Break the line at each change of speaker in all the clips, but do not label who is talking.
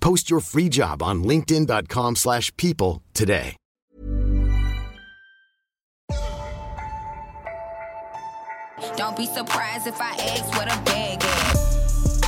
Post your free job on linkedin.com slash people today.
Don't be surprised if I ask what a bag is.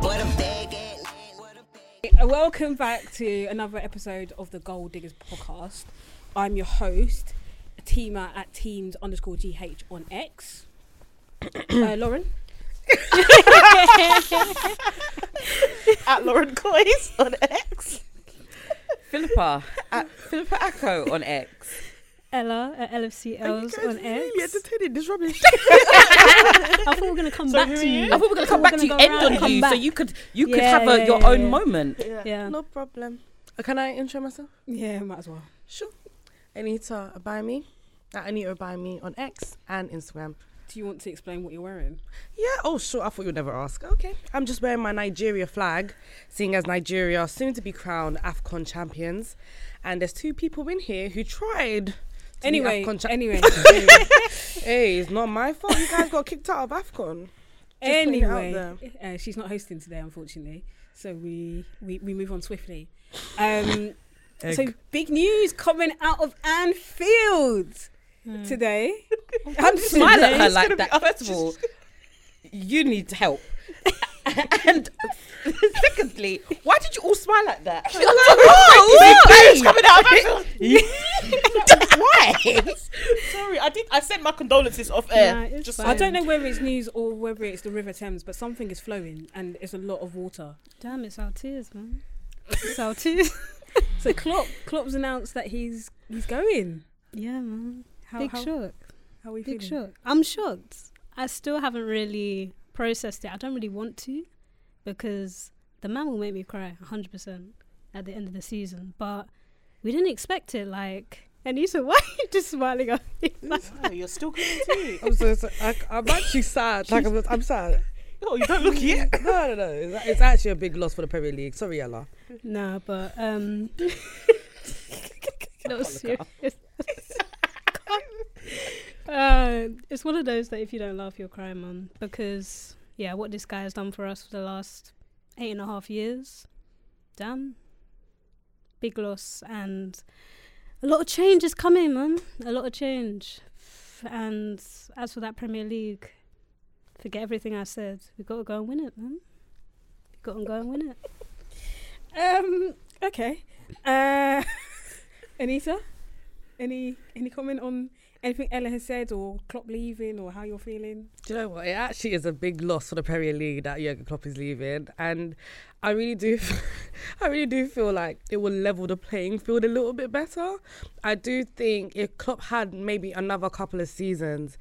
What a bag is. What a bag is.
Welcome back to another episode of the Gold Diggers podcast. I'm your host, Teamer at Teams underscore GH on X. uh, Lauren,
at Lauren Coys on X.
Philippa at Philippa Acco on X.
Ella at
Oh,
LFCLs on X.
Really entertaining this rubbish.
I thought we were gonna come back to you.
I thought we were gonna come back to you, end on you, so you could you could
Yeah,
have a,
yeah,
your
yeah,
own
yeah.
moment.
Yeah.
No problem. Uh, Can I intro myself?
yeah, might as well.
Sure. Anita Abime. At Anita Abime on X and Instagram.
Do you want to explain what you're wearing?
Yeah, oh sure, I thought you'd never ask. Okay. I'm just wearing my Nigeria flag, seeing as Nigeria are soon to be crowned AFCON champions. And there's two people in here who tried to be
uh,
Anyway,
AFCON cha-
anyway,
Hey, it's not my fault. You guys got kicked out of AFCON. putting it out
anyway, uh, she's not hosting today, unfortunately. So we we, we move on swiftly. Um, so big news coming out of Anfield
Hmm.
today. I'm just
Smile at her like that. First of all, you need help. and secondly, why did you all smile like that? It's coming out of Why? Sorry, I did. I sent my condolences off
Nah, it's fine.
I don't know whether it's news or whether it's the River Thames, but something is flowing and it's a lot of water.
Damn, it's our tears, man. It's our tears.
So Klopp, Klopp's announced that he's he's going.
yeah, man.
How,
Big
how,
shock.
How are we
Big
feeling?
shock. I'm shocked. I still haven't really processed it. I don't really want to because the man will make me cry 100% at the end of the season. But we didn't expect it. Like, Anissa, why are you just smiling at me? Like,
You're still going too.
I'm so, so I, I'm actually sad. Like I'm, I'm sad.
Oh, you don't look yet.
No, no, no. It's, it's actually a big loss for the Premier League. Sorry, Ella.
nah, but. um, That was serious. Uh, it's one of those that if you don't laugh, you'll cry, man. Because yeah, what this guy has done for us for the last eight and a half years, damn, big loss, and a lot of change is coming, man. A lot of change, and as for that Premier League, forget everything I said. We've got to go and win it, man. We've got to go and win it.
Um. Okay. Uh, Anita, any any comment on anything Ella has said or Klopp leaving or how you're feeling?
Do you know what? It actually is a big loss for the Premier League that Jurgen Klopp is leaving, and I really do, I really do feel like it will level the playing field a little bit better. I do think if Klopp had maybe another couple of seasons,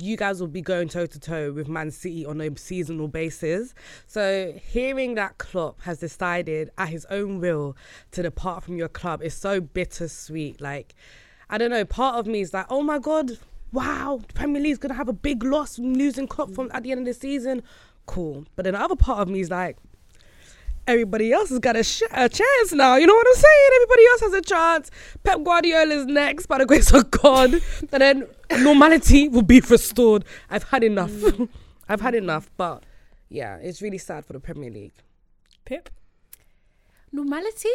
you guys will be going toe to toe with Man City on a seasonal basis. So hearing that Klopp has decided at his own will to depart from your club is so bittersweet. Like, I don't know. Part of me is like, oh my god, wow, the Premier League's gonna have a big loss from losing Klopp from at the end of the season. Cool. But then the other part of me is like, everybody else has got a, sh- a chance now. You know what I'm saying? Everybody else has a chance. Pep Guardiola is next by the grace of God, and then normality will be restored. I've had enough. I've had enough. But yeah, it's really sad for the Premier League.
Pip.
Normality?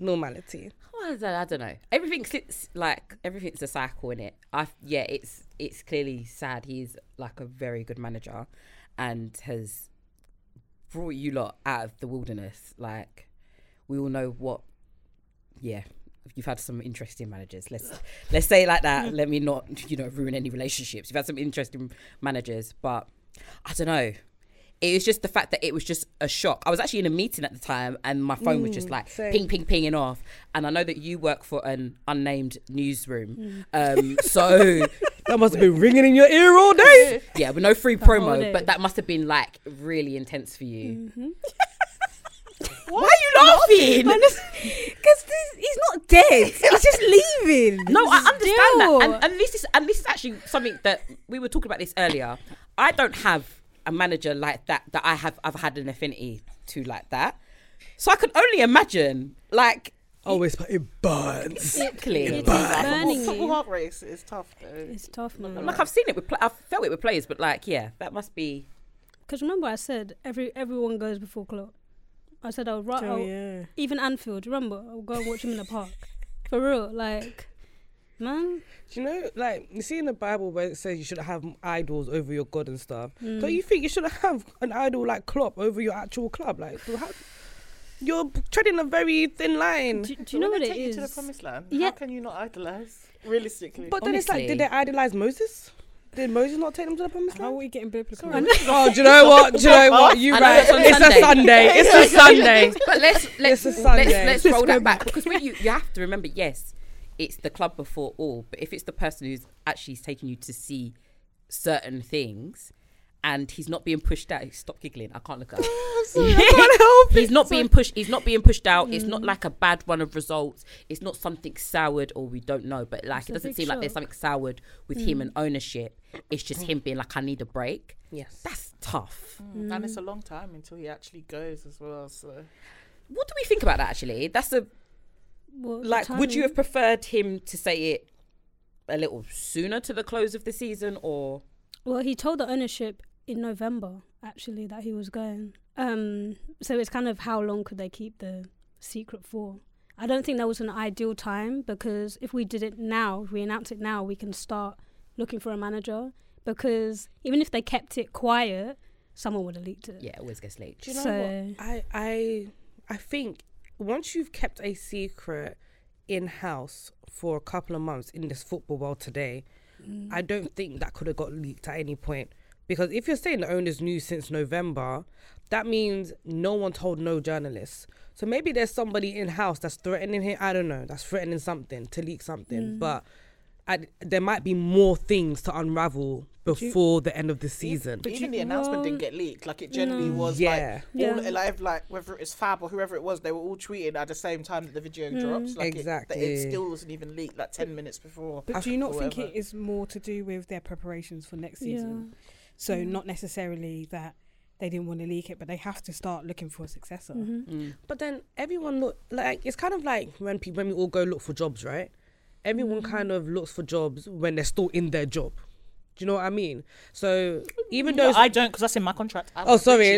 Normality.
Oh, I, don't, I don't know. Everything's it's like everything's a cycle in it. I yeah, it's it's clearly sad. He's like a very good manager, and has brought you lot out of the wilderness. Like we all know what. Yeah, you've had some interesting managers. Let's let's say it like that. Let me not you know ruin any relationships. You've had some interesting managers, but I don't know. It was just the fact that it was just a shock. I was actually in a meeting at the time, and my phone was
Mm,
just like ping, ping, pinging off. And I know that you work for an unnamed newsroom,
Mm.
um, so
That must have been ringing in your ear all day.
yeah, with no free
whole
promo,
day.
but that must have been like really intense for you.
Mm-hmm. Why are you laughing? Because he's not dead. He's just leaving.
No, I understand
Still.
that, and, and this is and this is actually something that we were talking about this earlier. I don't have a manager like that that I have. I've had an affinity to like that, so I can only imagine like.
Always, but Oh, it burns.
Exactly.
It is burning
Football
you.
heart race is tough though.
It's tough,
Mm.
man.
Like I've seen it with, pla- I've felt it with players, but like, yeah, that must be.
Because remember, I said every everyone goes before Klopp. I said I'll write.
Oh,
I'll-
yeah.
Even Anfield, remember? I'll go and watch him in the park. For real, like, man.
Do you know, like, you see in the Bible where it says you should have idols over your God and stuff.
Mm.
Don't you think you should have an idol like Klopp over your actual club? Like, how, you're treading a very thin line.
Do, do you know what
they
it
take you to the
is?
promised land.
Yeah.
How can you not idolize? Realistically.
but then it's like, did they idolize Moses? Did Moses not take them to the promised
How are
land?
we getting biblical?
Oh, do you know what? Do you know what? You
I know
right.
it's on
It's a
Sunday.
Sunday. It's a Sunday.
But let's let's
It's a
let's,
Sunday.
let's roll that back because when you you have to remember, yes, it's the club before all, but if it's the person who's actually taking you to see certain things, and he's not being pushed out, stop giggling. I can't look at. he's not being pushed. He's not being pushed out. It's
Mm.
not like a bad run of results. It's not something soured or we don't know. But like,
It's
it
a
doesn't
big
seem like there's
shock.
something soured with
Mm.
him and ownership. It's just him being like, I need a break.
Yes.
That's tough.
And it's a long time until he actually goes as well. So
What do we think about that? Actually, that's a
What, the
like would you have
timing?
preferred him to say it a little sooner to the close of the season or
Well, he told the ownership in November actually that he was going. Um, so it's kind of how long could they keep the secret for? I don't think that was an ideal time because if we did it now, if we announce it now, we can start looking for a manager. Because even if they kept it quiet, someone would have leaked it.
yeah it always gets late
Do you know
So-
what? I, I I think once you've kept a secret in house for a couple of months in this football world today, I don't think that could have got leaked at any point. Because if you're saying the owners knew since November, that means no one told no journalists. So maybe there's somebody in house that's threatening him. I don't know. That's threatening something to leak something. But I, there might be more things to unravel before the end of the season.
even the announcement didn't get leaked. Like it generally was
Yeah.
like all alive. Like whether it was Fab or whoever it was, they were all tweeting at the same time that the video
Hmm.
drops. Like It, that
Exactly.
it still wasn't even leaked. Like ten minutes before.
But do you not
or
think
whatever.
it is more to do with their preparations for next season? So not necessarily that they didn't want to leak it, but they have to start looking for a successor.
Mm-hmm. But then everyone look like it's kind of like when people when we all go look for jobs, right? Everyone
Mm.
kind of looks for jobs when they're still in their job. Do you know what I mean? So even though
I don't because that's in my contract. I
oh sorry,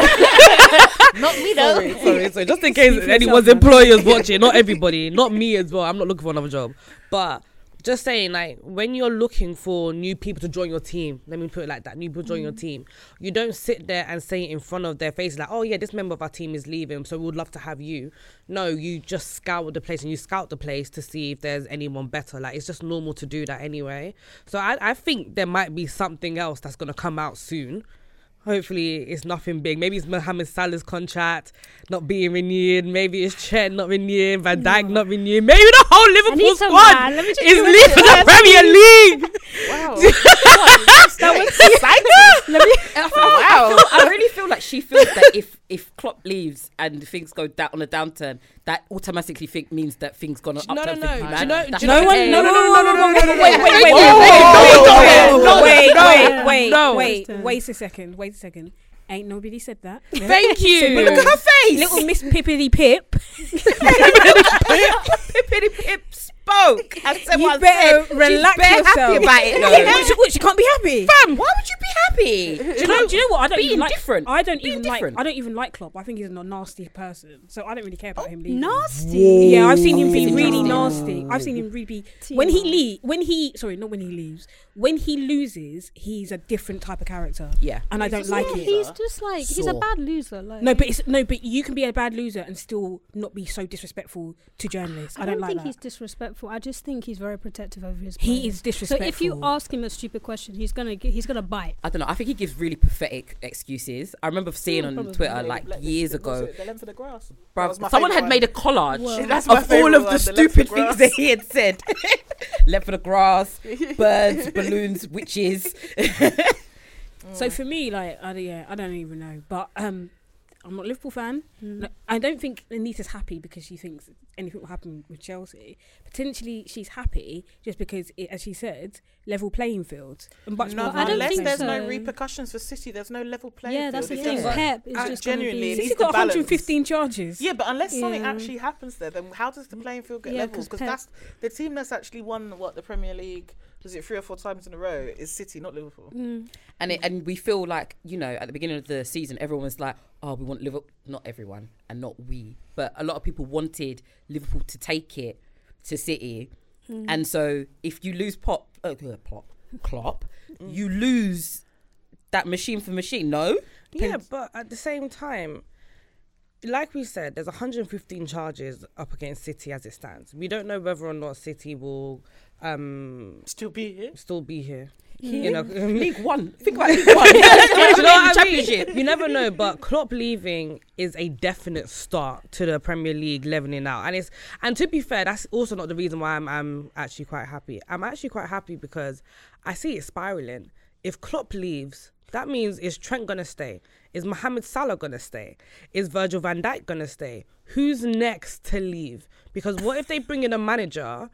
not me though.
sorry, sorry, sorry. Just in case
for
anyone's
yourself,
employers watching, not everybody, not me as well. I'm not looking for another job, but just saying, like when you're looking for new people to join your team, let me put it like that: new people join your team. You don't sit there and say in front of their face like, "Oh yeah, this member of our team is leaving, so we'd love to have you." No, you just scout the place and you scout the place to see if there's anyone better. Like it's just normal to do that anyway. So I, I think there might be something else that's gonna come out soon. Hopefully it's nothing big. Maybe it's Mohamed Salah's contract not being renewed. Maybe it's Chen not renewing. Van Dijk not renewing. Maybe the whole Liverpool
need some
squad
man. Let me
is
just
leaving
give it to
the
her.
Premier League.
Wow.
that was exciting wow I, really feel like she feels that if if Klopp leaves and things go down on a downturn that automatically think means that things gone on
No, no,
upturn
no.
think,
Do you
man,
know-
that's
do you know
not
what-
it.
no, no, no, no, no, no, no, no,
Wait,
no, no,
wait, wait,
wait,
no, no, no, no,
wait, wait,
wait, wait,
no.
wait, wait a second, wait a secd Ain't nobody said that.
Thank you.
Look at her
face.
Little Miss Pippity Pip.
Pippity pips spoke. And someone
better
said,
relax
she's bare happy
yourself."
about
Yeah,
it though.
what, she, what, she can't be happy.
Fam, why would you be happy?
Do you, know, do you know what? I don't
Being
even like.
different.
I don't
Being
even
different.
like. I don't even like Klopp. I think he's a nasty person, so I don't really care about
Oh,
him leaving.
Nasty.
Yeah, I've seen him be really
interesting.
nasty. I've seen him really be when he leave when he sorry not when he leaves when he loses he's a different type of character.
Yeah.
and I don't like
yeah,
it.
he's just like he's a
Sore.
bad loser. Like
no, but it's, no, but you can be a bad loser and still not be so disrespectful to journalists. I,
I don't
like
think
that.
he's disrespectful. I just think he's very protective over his.
He
players.
is disrespectful.
So if you ask him a stupid question, he's gonna g- he's gonna bite.
I don't know. I think he gives really pathetic excuses. I remember seeing on
probably.
Twitter like years ago,
The length of the grass. That
bruv,
was my
someone had
favourite
made a
one.
collage
That's my
of all
favourite
of the
one, the length of
stupid
grass.
things that he had said. Left for the grass, birds, balloons, witches.
Mm.
So for me, like, I, don't- yeah, I don't even know. But um, I'm not a Liverpool fan.
Mm.
No, I don't think Anita's happy because she thinks anything will happen with Chelsea. Potentially, she's happy just because, it, as she said, level playing field. And much
No,
more
I don't
unless
think
there's
so.
no repercussions for City, there's no level playing
yeah,
field.
that's the
It's
thing.
just-
Pep is
I
just gonna
genuinely-
be-
It's
She's
the
got
balance.
115 charges.
Yeah, but unless something
Yeah.
actually happens there, then how does the playing field get
Yeah,
leveled?
'cause
Because
Pep-
that's the team that's actually won what the Premier League was it three or four times in a row is City, not Liverpool.
Mm.
and it, and we feel like you know at the beginning of the season everyone was like oh we want liverpool not everyone and not we but a lot of people wanted liverpool to take it to city
Mm.
and so if you lose pop uh, uh, plop clop
Mm.
you lose that machine for machine no
Yeah, but at the same time, like we said, there's 115 charges up against City as it stands. We don't know whether or not City will um,
Still be here.
still be here. You know,
league one think about league one Do you know
you know what I mean?
championship
You never know, but Klopp leaving is a definite start to the Premier League leveling out, and it's and to be fair, that's also not the reason why I'm I'm actually quite happy. I'm actually quite happy because I see it spiraling. If Klopp leaves, that means is Trent gonna stay? Is Mohamed Salah gonna stay? Is Virgil Van Dijk gonna stay? Who's next to leave? Because what if they bring in a manager?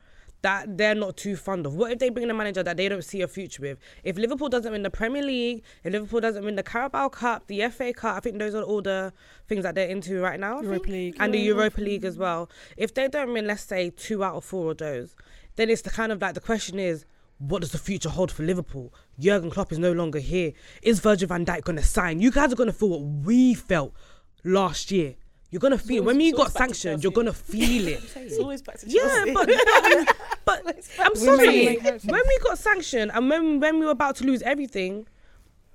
that they're not too fond of? What if they bring in a manager that they don't see a future with? If Liverpool doesn't win the Premier League, if Liverpool doesn't win the Carabao Cup, the FA Cup, I think those are all the things that they're into right now. I
Europa
think.
League.
And the Europa League as well. If they don't win, let's say, two out of four of those, then it's the kind of like the question is, what does the future hold for Liverpool? Jurgen Klopp is no longer here. Is Virgil van Dijk going to sign? You guys are going to feel what we felt last year. You're going to feel When you
it's always
got
back to
sanctioned,
Chelsea.
you're going to feel it.
It's always back to
Yeah,
Chelsea.
but but I'm sorry. When we got sanctioned and when when we were about to lose everything,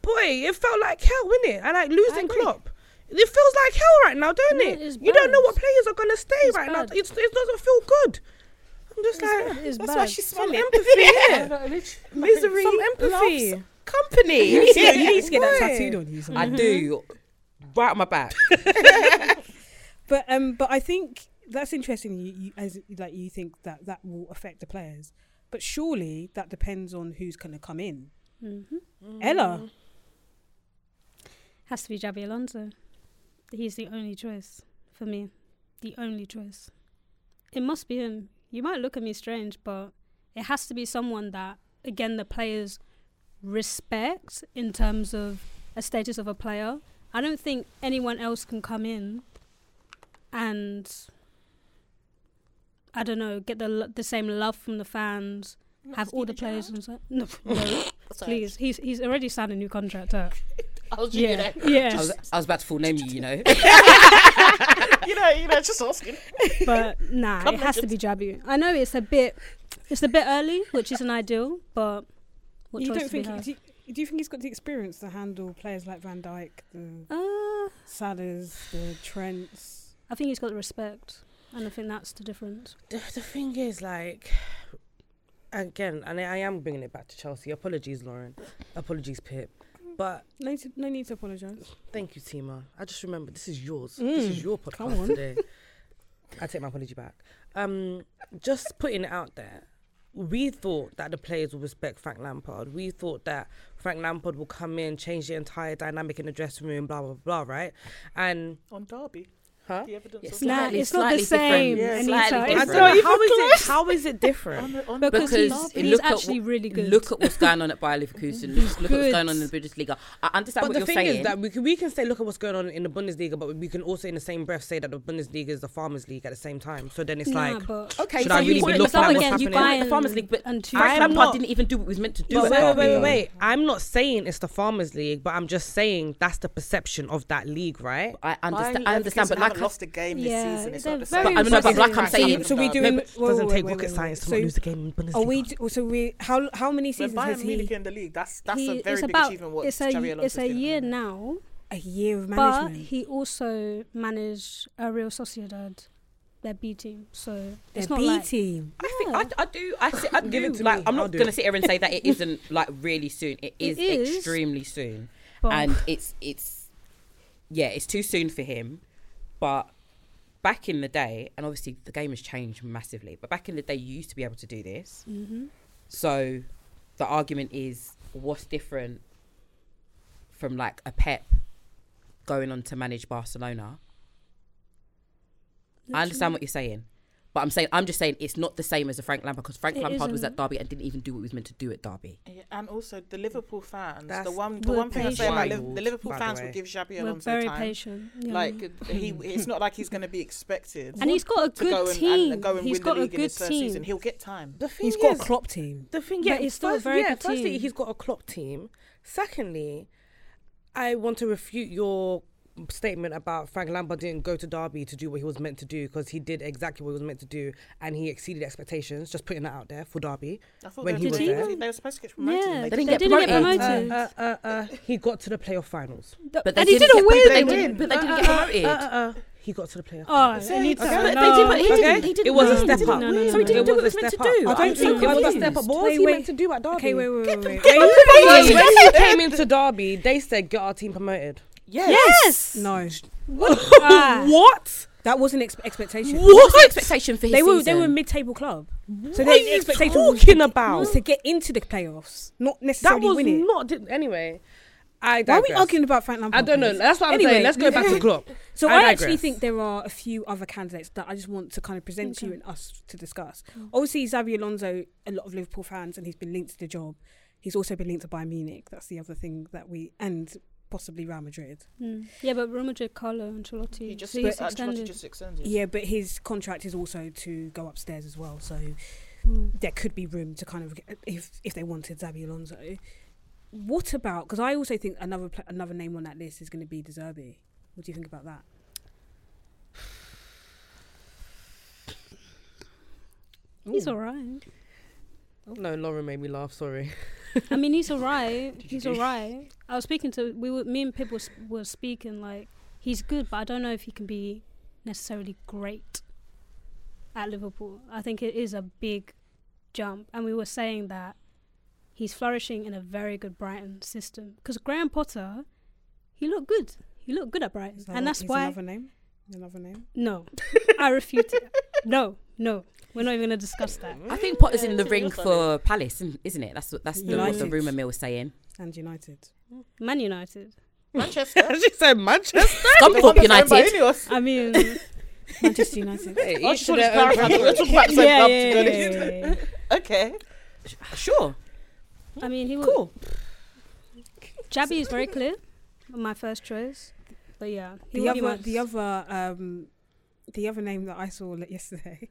boy, it felt like hell, wasn't it? And like losing Klopp. It feels like hell right now, don't
No,
it?
it's
You don't know
bad.
what players are gonna stay
It's
right
bad.
now. It's, it doesn't feel good. I'm just like
It's
that's
bad.
why she's some empathy, yeah. misery, some empathy, company. you need to get that tattooed on you.
i do right on my back
But um, but I think that's interesting. You, you as like you think that that will affect the players, but surely that depends on who's going to come in.
mm-hmm. Mm.
Ella,
Has to be Javi Alonso. He's the only choice for me. The only choice. It must be him. You might look at me strange, but it has to be someone that, again, the players respect in terms of a status of a player. I don't think anyone else can come in and, I don't know, get the lo- the same love from the fans, have all the players on side. No, no please. He's, he's already signed a new contract out. Yeah,
I
yeah.
was, I was about to full name you you know
you know, you know, just asking.
but nah, it has to be Jabu. I know it's a bit, it's a bit early, which isn't ideal, but what
you
choice
don't
do we
think
have?
do you, do you think he's got the experience to handle players like Van Dijk, the
uh,
Salahs, the Trents?
I think he's got the respect, and I think that's the difference.
the, the thing is, like, again, and I, I am bringing it back to Chelsea. Apologies, Lauren. Apologies, Pip. But
No, to, no need to apologise.
thank you, Tima. I just remember this is yours. This
Mm,
is your podcast
on.
today. I take my apology back. Um, just putting it out there. We thought that the players would respect Frank Lampard. We thought that Frank Lampard will come in, change the entire dynamic in the dressing room, blah blah blah, right? And
On Derby.
Huh?
The evidence
Yes.
of
Nah,
Slightly-
it's not the
slightly
same,
different. Yeah,
Anita.
slightly
It's
different.
not
Not
how
even
is
close.
it? How is it different?
Because, he's,
Because
he's
look at
actually
what-
really good.
Look at what's going on at Bayer Leverkusen. Look, look at what's going on in the Bundesliga. I understand
But
what
the
you're
thing
saying.
is that we can, we can say, look at what's going on in the Bundesliga, but we can also, in the same breath, say that the Bundesliga is the Farmers League at the same time. So then it's
Nah,
like,
but-
okay,
should
so
I
you
really
call
be
it
looking
the
at
Farmers
what's
League. You
happening?
buy it the
Bayern
Farmers League, but
and
Frank
Tuchel.
I'm
Lampard
not-
didn't even do what he was meant to do.
But
at
wait, wait,
that
wait,
league.
wait, wait. I'm not saying it's the Farmers League, but I'm just saying that's the perception of that league, right?
I understand.
Bayern
I understand,
Leverkusen
but like
haven't
I-
lost a game this
Yeah,
season. It's
they're
not the
very
same.
But I know, but like I'm
So, you-
saying,
so we
No,
doing?
but it
whoa,
doesn't
whoa, wait,
take
wait,
rocket
wait,
science to
wait.
not lose a game in Bundesliga.
Are we? d- So we? How how many
When
seasons has
Bayern
he?
Munich in the league, that's that's
he-
a very
it's
big
about,
achievement. What
it's a,
Xavi
it's
Alonso's
a
doing.
year now,
A year of
but
management.
he also managed a Real Sociedad, their B team. So
Their
it's not
B
like
team.
I think I, I do. I, sit, I
Give
do.
it to
like
me,
I'm
I'll
not
do
gonna
it.
sit here and say that it isn't like really soon. It is,
is.
extremely soon,
But-
and it's it's yeah, it's too soon for him. But back in the day, and obviously the game has changed massively. But back in the day, you used to be able to do this.
Mm-hmm.
So the argument is, what's different from like a Pep going on to manage Barcelona? I understand what you're saying, but I'm saying I'm just saying it's not the same as a Frank Lampard because Frank
It
Lampard was
isn't.
at Derby and didn't even do what he was meant to do at Derby.
Yeah, and also the Liverpool fans. the
That's
one, the
We're
one thing I say about
patient.
Liv- the Liverpool
By the
fans
way.
will give Xabi
we're
Alonso
very
time.
patient. yeah.
Like he, it's not like he's going to be expected.
And he's got a
to go
good
and- and,
team.
go and
He's
win
got
the
a
league in his
good
first
team.
season. He's He'll get time.
The thing
He's got
is-
a Klopp team.
The thing,
But
yeah,
it's still a
first-
very
yeah,
good
Firstly,
team.
he's got a Klopp team. Secondly, I want to refute your statement about Frank Lampard didn't go to Derby to do what he was meant to do because he did exactly what he was meant to do and he exceeded expectations. Just putting that out there for Derby
I thought
when
they
he
were
was
doing-
there.
They were supposed to get promoted.
yeah,
and
They didn't
they
get promoted.
promoted.
Uh, uh, uh, he got to the playoff finals,
Th-
But they
and he
didn't
didn't
get-
win.
but they didn't- but they didn't get promoted.
Uh, uh, uh, he got to the playoff.
Oh,
finals.
Anita,
Okay. But
no.
they did- but he
didn't- he didn't
It was a
win.
step
He
up.
didn't
win.
So he didn't
It
do what
was a
he was meant to do.
step
I
up. I'm
don't think
so
it was a step up.
confused.
What was
Wait,
he
wait.
meant to do at Derby?
Okay, wait, wait, wait. wait.
When he came into Derby, they said get our team promoted.
Yes.
Yes.
No,
What?
that wasn't ex- expectation.
What was the expectation for his
They were they
season?
were mid-table club, so
What are
their
you
expectation was
talking
to-
about?
was to get into the playoffs, not
That
necessarily
was
win it.
not. Di- anyway, I
Why are
digress.
we arguing about Frank Lampard?
I don't know.
please?
That's what I'm
Anyway.
saying. Let's go back to Klopp.
So I,
I
actually
digress.
think there are a few other candidates that I just want to kind of present to you and us to discuss.
Mm.
Obviously, Xavi Alonso, a lot of Liverpool fans, and he's been linked to the job. He's also been linked to Bayern Munich. That's the other thing that we and possibly Real Madrid.
Mm. Yeah, but Real Madrid, Carlo, Ancelotti.
He just
so
but
he's
Ancelotti
extended.
just extended.
Yeah, but his contract is also to go upstairs as well. So
Mm.
there could be room to kind of if if they wanted Xabi Alonso. What about? Because I also think another pla another name on that list is going to be De Zerbi. What do you think about that?
He's alright.
No, Lauren made me laugh. Sorry.
I mean, he's alright. he's alright. I was speaking to we were me and Pip was were speaking like he's good, but I don't know if he can be necessarily great at Liverpool. I think it is a big jump, and we were saying that he's flourishing in a very good Brighton system because Graham Potter, he looked good. He looked good at Brighton, and that's
Is
why.
another name. Another name.
No, I refute it. No, no, we're not even going to discuss that.
I think Potter's in the ring for Palace, isn't- isn't it? That's what that's the, what the
United.
rumor mill was saying.
And United.
Man United.
Manchester.
she said Manchester.
Scunthorpe
United.
United.
I mean,
Manchester United.
I just wanted to clarify. I thought we were talking about the same
yeah, yeah,
club, to
yeah,
be honest.
yeah, yeah, yeah.
Okay.
Uh, Sure.
I mean, he was
Cool.
Jabby is very clear. My first choice, but yeah, he
the
would be
other,
my-
the other, um, the other name that I saw like yesterday,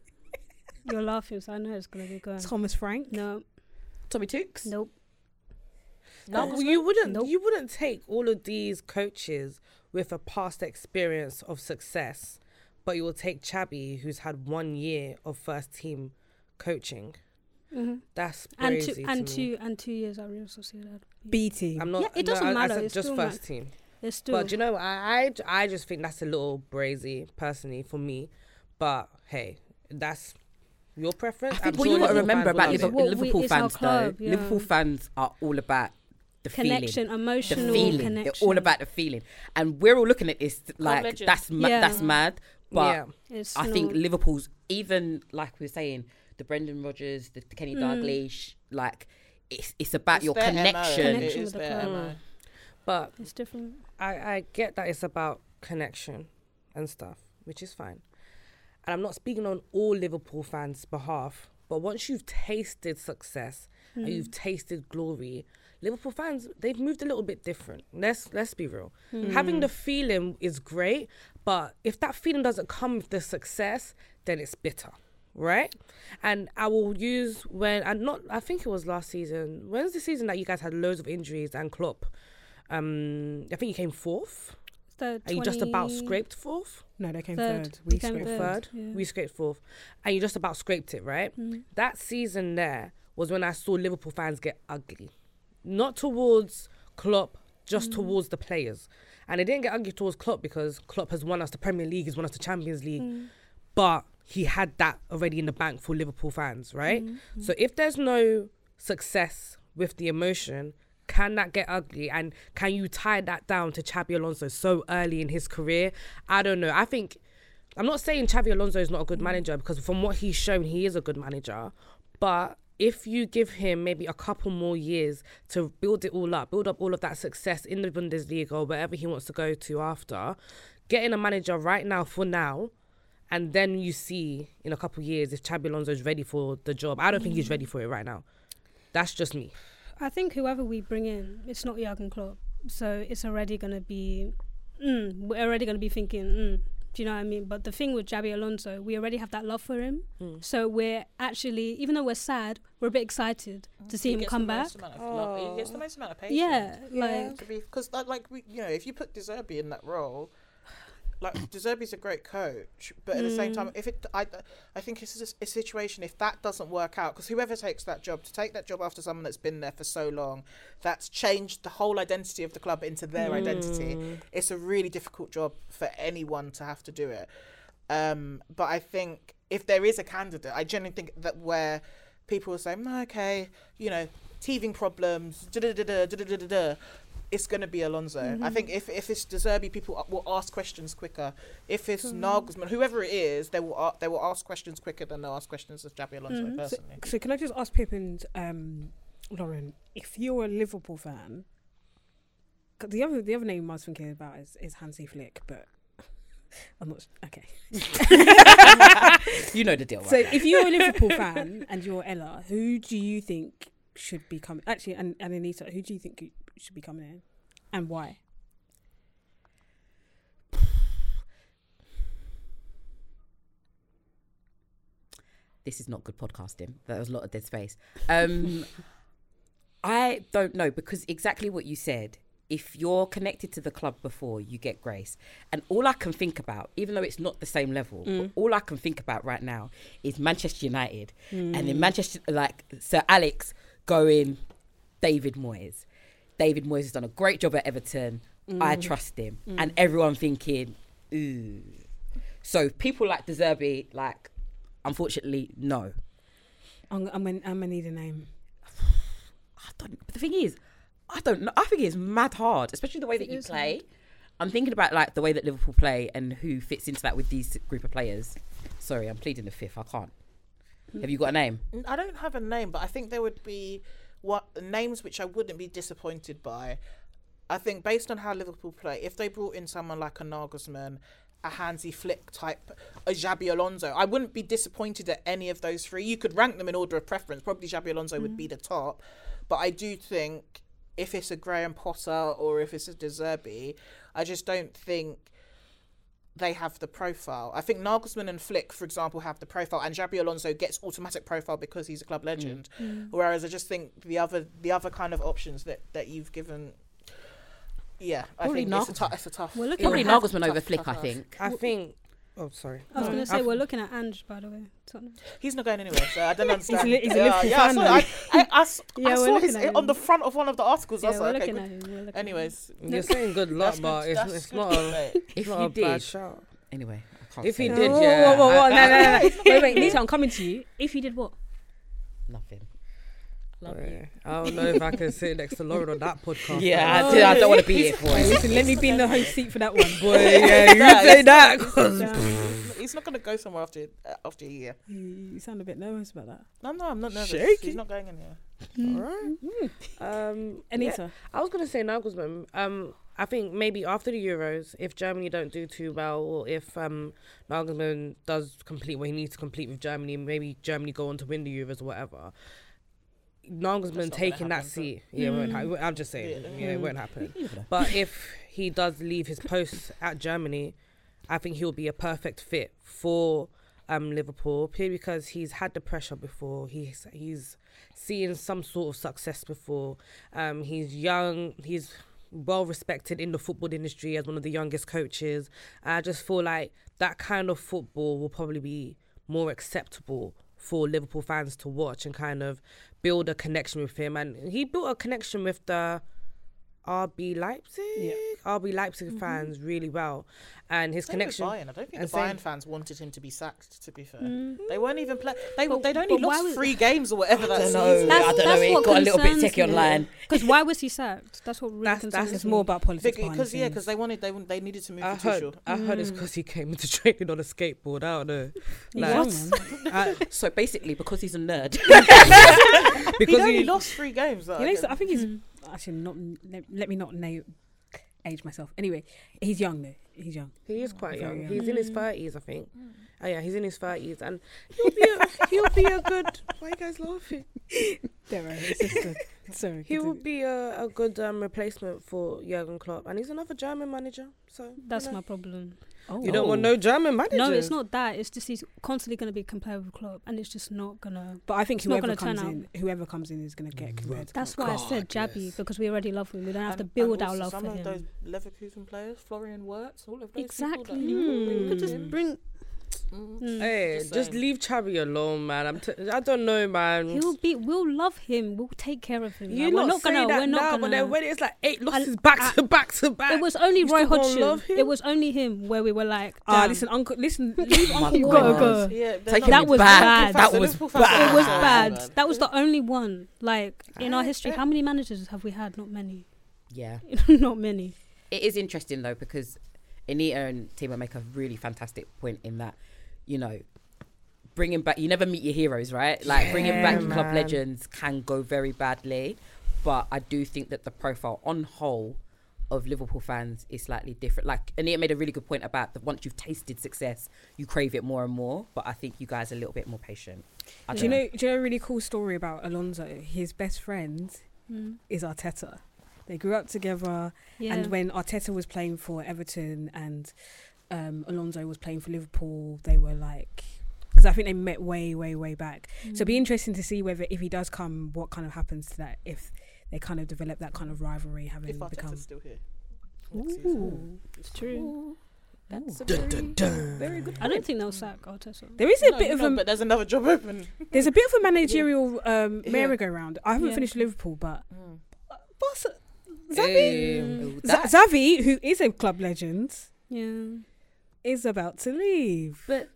You're laughing, so I know it's gonna be good.
Thomas Frank.
No,
Tommy Tooks.
nope.
No, you wouldn't.
Nope.
You wouldn't take all of these coaches with a past experience of success, but you will take Chabby, who's had one year of first team coaching. That's
Mm-hmm. And
crazy
two, and
to me.
two, and two years at Real Sociedad.
B team.
I'm not.
Yeah, it
no,
doesn't
I- I
matter,
said
it's
just
still
first
mad.
team.
There's still.
But do you know, what? I, I I just think that's a little brazy personally for me. But hey, that's your preference.
I think
I'm
what
sure
you got to
Liverpool
remember
fans will
about
love
Liverpool-
it.
What we-
Liverpool
it's our
fans,
club,
though,
yeah.
Liverpool fans are all about the
Connection,
feeling. the
emotional
feeling. They're all
connection.
about the feeling, and we're all looking at this like
legends.
that's ma-
Yeah.
that's mad. But
Yeah.
It's
I think
not-
Liverpool's even like we were saying the Brendan Rodgers, the Kenny Dalglish, like it's it's about
It's
your
their MO.
connection.
It
Connection with
is
the
their
club.
MO.
But
it's different.
I, I get that it's about connection and stuff. which is fine. And I'm not speaking on all Liverpool fans' behalf, but once you've tasted success and you've tasted glory, Liverpool fans they've moved a little bit different. Let's let's be real. Having the feeling is great, but if that feeling doesn't come with the success, then it's bitter right? And I will use when and not I think it was last season. When's the season that you guys had loads of injuries and Klopp? Um, I think you came fourth.
The
And you just about
20
scraped fourth,
No, they came
Third.
third.
We
We
came
scraped
third.
third.
third.
yeah.
We scraped fourth, and you just about scraped it, right? That season there was when I saw Liverpool fans get ugly, not towards Klopp, just towards the players, and they didn't get ugly towards Klopp because Klopp has won us the Premier League, he's won us the Champions League, but he had that already in the bank for Liverpool fans, right? So if there's no success with the emotion, can that get ugly? And can you tie that down to Chabi Alonso so early in his career? I don't know. I think I'm not saying Chabi Alonso is not a good manager because from what he's shown, he is a good manager. But if you give him maybe a couple more years to build it all up, build up all of that success in the Bundesliga or wherever he wants to go to after, getting a manager right now for now and then you see in a couple years if Chabi Alonso is ready for the job. I don't think he's ready for it right now. That's just me.
I think whoever we bring in, it's not Jurgen Klopp, so it's already gonna be, mm, we're already gonna be thinking, mm, do you know what I mean? But the thing with Javi Alonso, we already have that love for him,
Hmm.
so we're actually, even though we're sad, we're a bit excited to see him come back.
He gets the most amount of patience.
Yeah, like
because like, like we, you know, if you put Deserbi in that role, like Deserbi's a great coach, but at the same
Hmm.
time, if it, I, I think it's just a situation if that doesn't work out because whoever takes that job to take that job after someone that's been there for so long, that's changed the whole identity of the club into their
Mm.
identity. It's a really difficult job for anyone to have to do it. Um, but I think if there is a candidate, I generally think that where people will say, "Mm, okay, you know, teething problems, da da da da da da da da. It's going to be Alonso. I think if, if it's Deserbi, people will ask questions quicker. If it's Nagelsmann, whoever it is, they will a- they will ask questions quicker than they'll ask questions of Javi Alonso personally.
So can I just ask Pip and um, Lauren, if you're a Liverpool fan, 'cause the other the other name I was thinking about is, is Hansi Flick, but I'm not s- okay.
You know the
Oh,
deal, right?
So if you're a Liverpool fan and you're Ella, who do you think should be coming? Actually, and, and Anita, who do you think should be coming in, and why?
this is not good podcasting. There was a lot of dead space. Um, I don't know because exactly what you said. If you're connected to the club before, you get grace. And all I can think about, even though it's not the same level, but all I can think about right now is Manchester United, and in Manchester, like Sir Alex going, David Moyes. David Moyes has done a great job at Everton. I trust him, and everyone thinking, ooh. So people like Deserby, like, unfortunately, no.
I'm I'm gonna, I'm gonna need a name.
I don't. But the thing is, I don't know. I think it's mad hard, especially the way that you play. I'm thinking about like the way that Liverpool play and who fits into that with these group of players. Sorry, I'm pleading the fifth. I can't. Have you got a name?
Mm.
N- I don't have a name, but I think there would be what names which I wouldn't be disappointed by. I think based on how Liverpool play, if they brought in someone like a Nagelsmann, a Hansi Flick type, a Xabi Alonso, I wouldn't be disappointed at any of those three. You could rank them in order of preference. Probably Xabi Alonso would be the top, but I do think if it's a Graham Potter or if it's a Deserbi, I just don't think they have the profile. I think Nagelsmann and Flick, for example, have the profile, and Xabi Alonso gets automatic profile because he's a club legend. Whereas I just think the other the other kind of options that that you've given, yeah,
Probably
I think it's a,
Nagelsmann.
tou- it's a tough.
We're looking
Probably
at-
Nagelsmann
tough-
over Flick,
tough
I
ask.
think.
I think. Oh, sorry.
I was
No,
gonna say,
I've-
we're looking at Ange, by the way. Tottenham.
He's not going anywhere, so I don't understand.
li- he's a
yeah,
Liverpool
yeah, I
fan
saw,
now.
I, I, I s- I
Yeah, we're
saw
looking
his
at him.
on the front of one of the articles. I
Yeah,
was
we're
like, okay,
looking at
good.
him. We're looking
Anyways,
You're saying good luck,
that's
but
good-
it's,
that's
it's
good
not a,
debate.
If
not a
he
bad
did,
shout.
anyway. I can't
If he
say
did,
Whoa, whoa,
yeah.
whoa, whoa,
I-
no, no, no, no. wait, wait, Nita, I'm coming to you.
If you did what?
nothing.
Yeah. I don't know if I can sit next to Lauren on that podcast.
Yeah, I, do, I don't want to be here for it.
Listen, let me be in the host seat for that one.
Boy, yeah, you say that. 'cause-
He's not going to go somewhere after uh, after a year.
You, you sound a bit nervous about that. Mm.
No, no, I'm not nervous.
Shaky.
He's not going anywhere.
Um,
Anita.
I was gonna say Nagelsmann. Um, I think maybe after the Euros, if Germany don't do too well, or if um, Nagelsmann does complete what he needs to complete with Germany, and maybe Germany go on to win the Euros or whatever. Nagelsmann taking that seat, yeah, it won't happen. I'm just saying, yeah, it won't happen. But if he does leave his post at Germany, I think he'll be a perfect fit for um, Liverpool purely because he's had the pressure before. He's he's seen some sort of success before. Um, he's young. He's well respected in the football industry as one of the youngest coaches. I just feel like that kind of football will probably be more acceptable for Liverpool fans to watch and kind of build a connection with him. And he built a connection with the RB Leipzig, RB Leipzig
Mm-hmm.
fans really well, and his
Same with
connection.
Bayern. I don't think
and
the
same-
Bayern fans wanted him to be sacked. To be fair, they weren't even play. They they'd only
Mm. but why
lost
was-
three games or whatever that season.
I don't know, it got a little bit techie online.
Because why was he sacked? That's what really
That's- that's-
concerns
It's
me.
more about politics. behind
Because
the
yeah,
scenes.
because they wanted they they needed to move Mm.
I
to
heard,
Tuchel.
I heard it's because he came into training on a skateboard. I don't know.
He's young,
I-
So basically, because he's a nerd,
He'd
because
only
he,
lost three games. Though, I
You know, so I
guess.
think he's actually not. Let, let me not na- age myself. Anyway, he's young though. He's young.
he is quite
Very
young.
young.
He's in
Mm.
his thirties, I think. Oh yeah, he's in his thirties, and he'll be a, he'll be a good. Why are you guys laughing?
There are his sister. Sorry.
He will
continue.
be a, a good um, replacement for Jurgen Klopp, and he's another German manager. So
That's
you know.
my problem.
Oh.
You don't want no German manager.
No, it's not that. It's just he's constantly going to be compared with Klopp, and it's just not going to.
But I think
It's not
whoever
gonna turn
comes in, whoever comes in is going to get compared. to
Mm, That's
Klopp.
why I said
God,
Jabby
yes.
because we already love him. We don't
Oh,
have
And-
to
and
build our
also
love
some
for
of
him.
those Leverkusen players, Florian Wirtz, all of those people.
Exactly.
that you wouldn't really
Mm.
want
Just
in.
bring.
Mm.
Hey,
Just
Eh, just,
saying.
leave Chabi alone, man. I'm. T- I don't know, man.
He'll be. We'll love him. We'll take care of him.
you
Like,
lot
we're not
say
gonna.
that
We're
now,
not
but
gonna.
then when it's like eight losses
I-
back
I-
to back to back,
it was only
you
Roy
still gonna love
Hodgson.
him?
It was only him where we were like,
Ah,
damn.
listen, Uncle. Listen, leave Uncle.
You
God.
Warren.
gotta go.
Yeah, they're
Taking
not-
That was
back.
bad.
That
So
was
Liverpool fans
bad.
are
It was
so
bad. That was the only one. Like in
Ah,
our
eh.
history, how many managers have we had? Not many.
yeah.
not many.
It is interesting though because Anita and Timo make a really fantastic point in that, you know, bringing back you never meet your heroes, right? Like bringing back your club legends can go very badly, but I do think that the profile on whole of Liverpool fans is slightly different. Like Anita made a really good point about that once you've tasted success, you crave it more and more. But I think you guys are a little bit more patient. I
Do you know? Do you know a really cool story about Alonso? His best friend is Arteta. They grew up together,
Yeah.
and when Arteta was playing for Everton and um, Alonso was playing for Liverpool, they were like, because I think they met way, way, way back. So it'd be interesting to see whether if he does come, what kind of happens to that if they kind of develop that kind of rivalry, having
If
become.
Arteta's still here. next season.
it's true.
That's a very, very good.
I don't think they'll sack Arteta.
There is a
No,
bit
you
of
know,
a
but there's another job open.
there's a bit of a managerial um,
Yeah.
merry-go-round. I haven't
Yeah. Mm.
finished Liverpool, but Boss-
Hey,
Z-
that-
Xavi, who is a club legend,
Yeah.
is about to leave.
But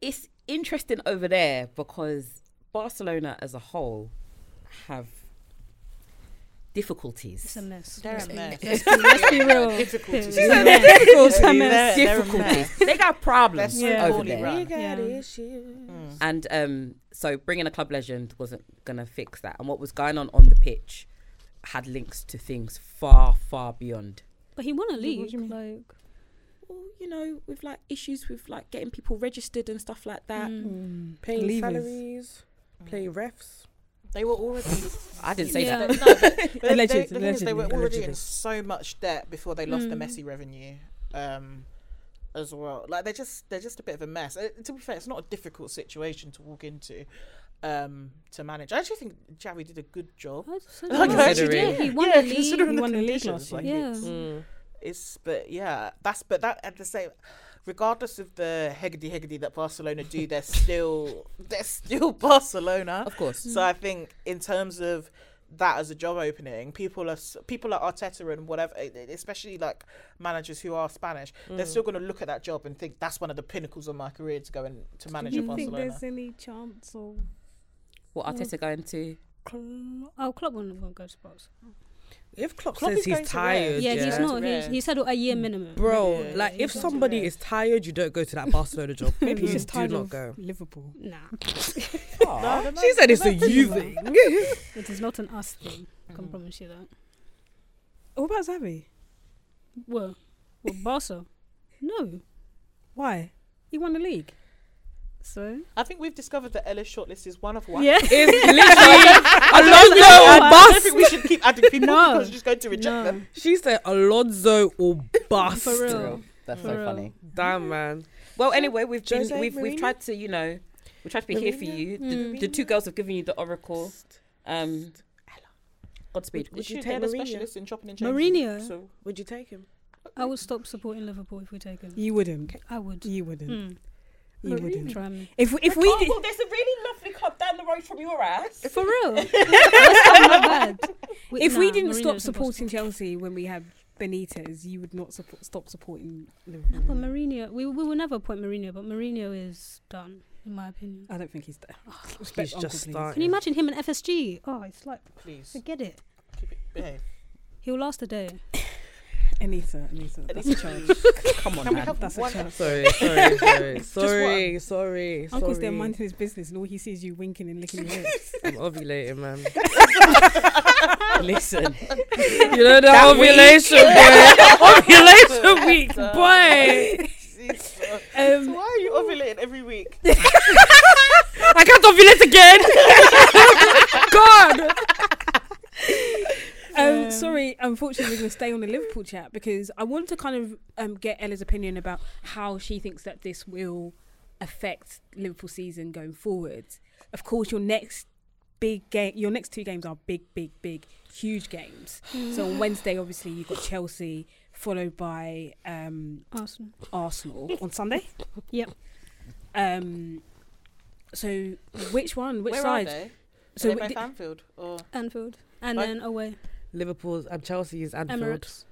it's interesting over there because Barcelona as a whole have
It's
difficulties.
a mess.
They're a mess.
Let's be, let's be real.
Difficulties.
It's a
Yeah.
mess. It's a mess.
difficulties. They got problems
They're
so
over
poorly
there.
run.
Yeah.
And um, so bringing a club legend wasn't going to fix that. And what was going on on the pitch had links to things far, far beyond.
But he won a
do you
league. Like,
Well, you know, with like issues with like getting people registered and stuff like that.
Mm.
paying
Leavers.
salaries, playing
Mm.
refs.
They were already.
I didn't say
Yeah.
that.
No, but- but they-
Allegedly,
the thing is they were
allegedly,
already
allegedly.
in so much debt before they lost the
Mm.
messy revenue, um, as well. Like they're just they're just a bit of a mess. Uh, to be fair, it's not a difficult situation to walk into, um, to manage. I actually think Javi did a good job.
I just said
Like,
that.
I actually
yeah,
did.
he won
yeah,
a league.
considering
He
the
won the league
conditions,
last year.
like,
Yeah.
it's-
Mm.
It's but yeah, that's but that at the same, regardless of the heggedy heggedy that Barcelona do, they're still they're still Barcelona.
Of course.
So I think in terms of that as a job opening, people are s- people like Arteta and whatever, e- e- especially like managers who are Spanish,
Mm.
they're still going to look at that job and think that's one of the pinnacles of my career to go and to manage at Barcelona.
any chance or
What Arteta going to?
Klopp- Oh, Klopp won't, won't go to Spurs.
If Klopp,
Klopp
says
is going
he's
to rest.
tired,
Yeah,
yeah,
he's
Yeah.
not.
Yeah.
He's, he said a year minimum.
Bro,
Yeah,
like
he's
if
going to
somebody
rest.
is tired, you don't go to that Barcelona job.
maybe he's
Please
just
do
tired
not
of
go.
Liverpool?
Nah,
No, no, no,
She said it's a
no,
you
no.
thing.
it is not an us thing. I can promise you that.
What about Xavi?
Well, well, Barca. No,
Why? He won the league.
so
I think we've discovered that Ella's shortlist is one of one.
yeah.
It's literally
I
Alonso or
don't
bust.
think we should keep adding people
No.
because we're just going to reject
No.
them.
She said Alonso or bust.
For real.
That's
For
so
real.
funny.
Damn man.
Well, anyway, we've been,
Jose
we've we've
Mourinho?
tried to you know we tried to be here for you. The, the two girls have given you the oracle. Um, Godspeed.
Would
you
you
take
take a
Mourinho?
specialist in chopping and changing?
Mourinho.
So
Would you take him?
I would stop supporting Liverpool if we take him.
You wouldn't.
I would.
You wouldn't.
Mm.
You wouldn't.
Try me.
If we, if
Oh,
we did,
well, there's a really lovely club down the road from your ass.
For real. That's not bad. Wait,
if we
nah,
didn't stop
Mourinho's
supporting
impossible.
Chelsea when we had Benitez, you would not support, stop supporting
No, but
Mm.
Liverpool.
Mourinho, we, we will never appoint Mourinho, but Mourinho is done, in my opinion.
I don't think he's there. Respect
He's
Uncle, please.
just
Can
starting.
you imagine him in FSG? Oh, it's like,
please
forget it.
keep it. Behave.
He'll last a day.
Anita, Anita, that's a charge.
Come on,
Can we
man.
have
That's a
one?
charge.
Sorry, sorry, sorry,
Just one.
sorry, sorry.
Uncle's there
sorry.
minding his business, and all he sees is you winking and licking your lips.
I'm ovulating, man.
Listen,
You know the
That
ovulation boy. ovulation week,
Duh.
boy.
Jesus. So
Um,
why are you ovulating every week?
I can't ovulate again. God.
um, sorry, unfortunately, we're going to stay on the Liverpool chat because I wanted to kind of um, get Ella's opinion about how she thinks that this will affect Liverpool season going forward. Of course, your next big game, your next two games are big, big, big, huge games.
Mm.
so on Wednesday, obviously, you've got Chelsea followed by um,
Arsenal.
Arsenal on Sunday.
Yep.
Um, so which one? Which
Where
side?
are they?
So
So
we- Hmm.
they
di-
both Anfield or
Anfield. And
Like-
then away.
Liverpool's and Chelsea's Anfield.
Emirates.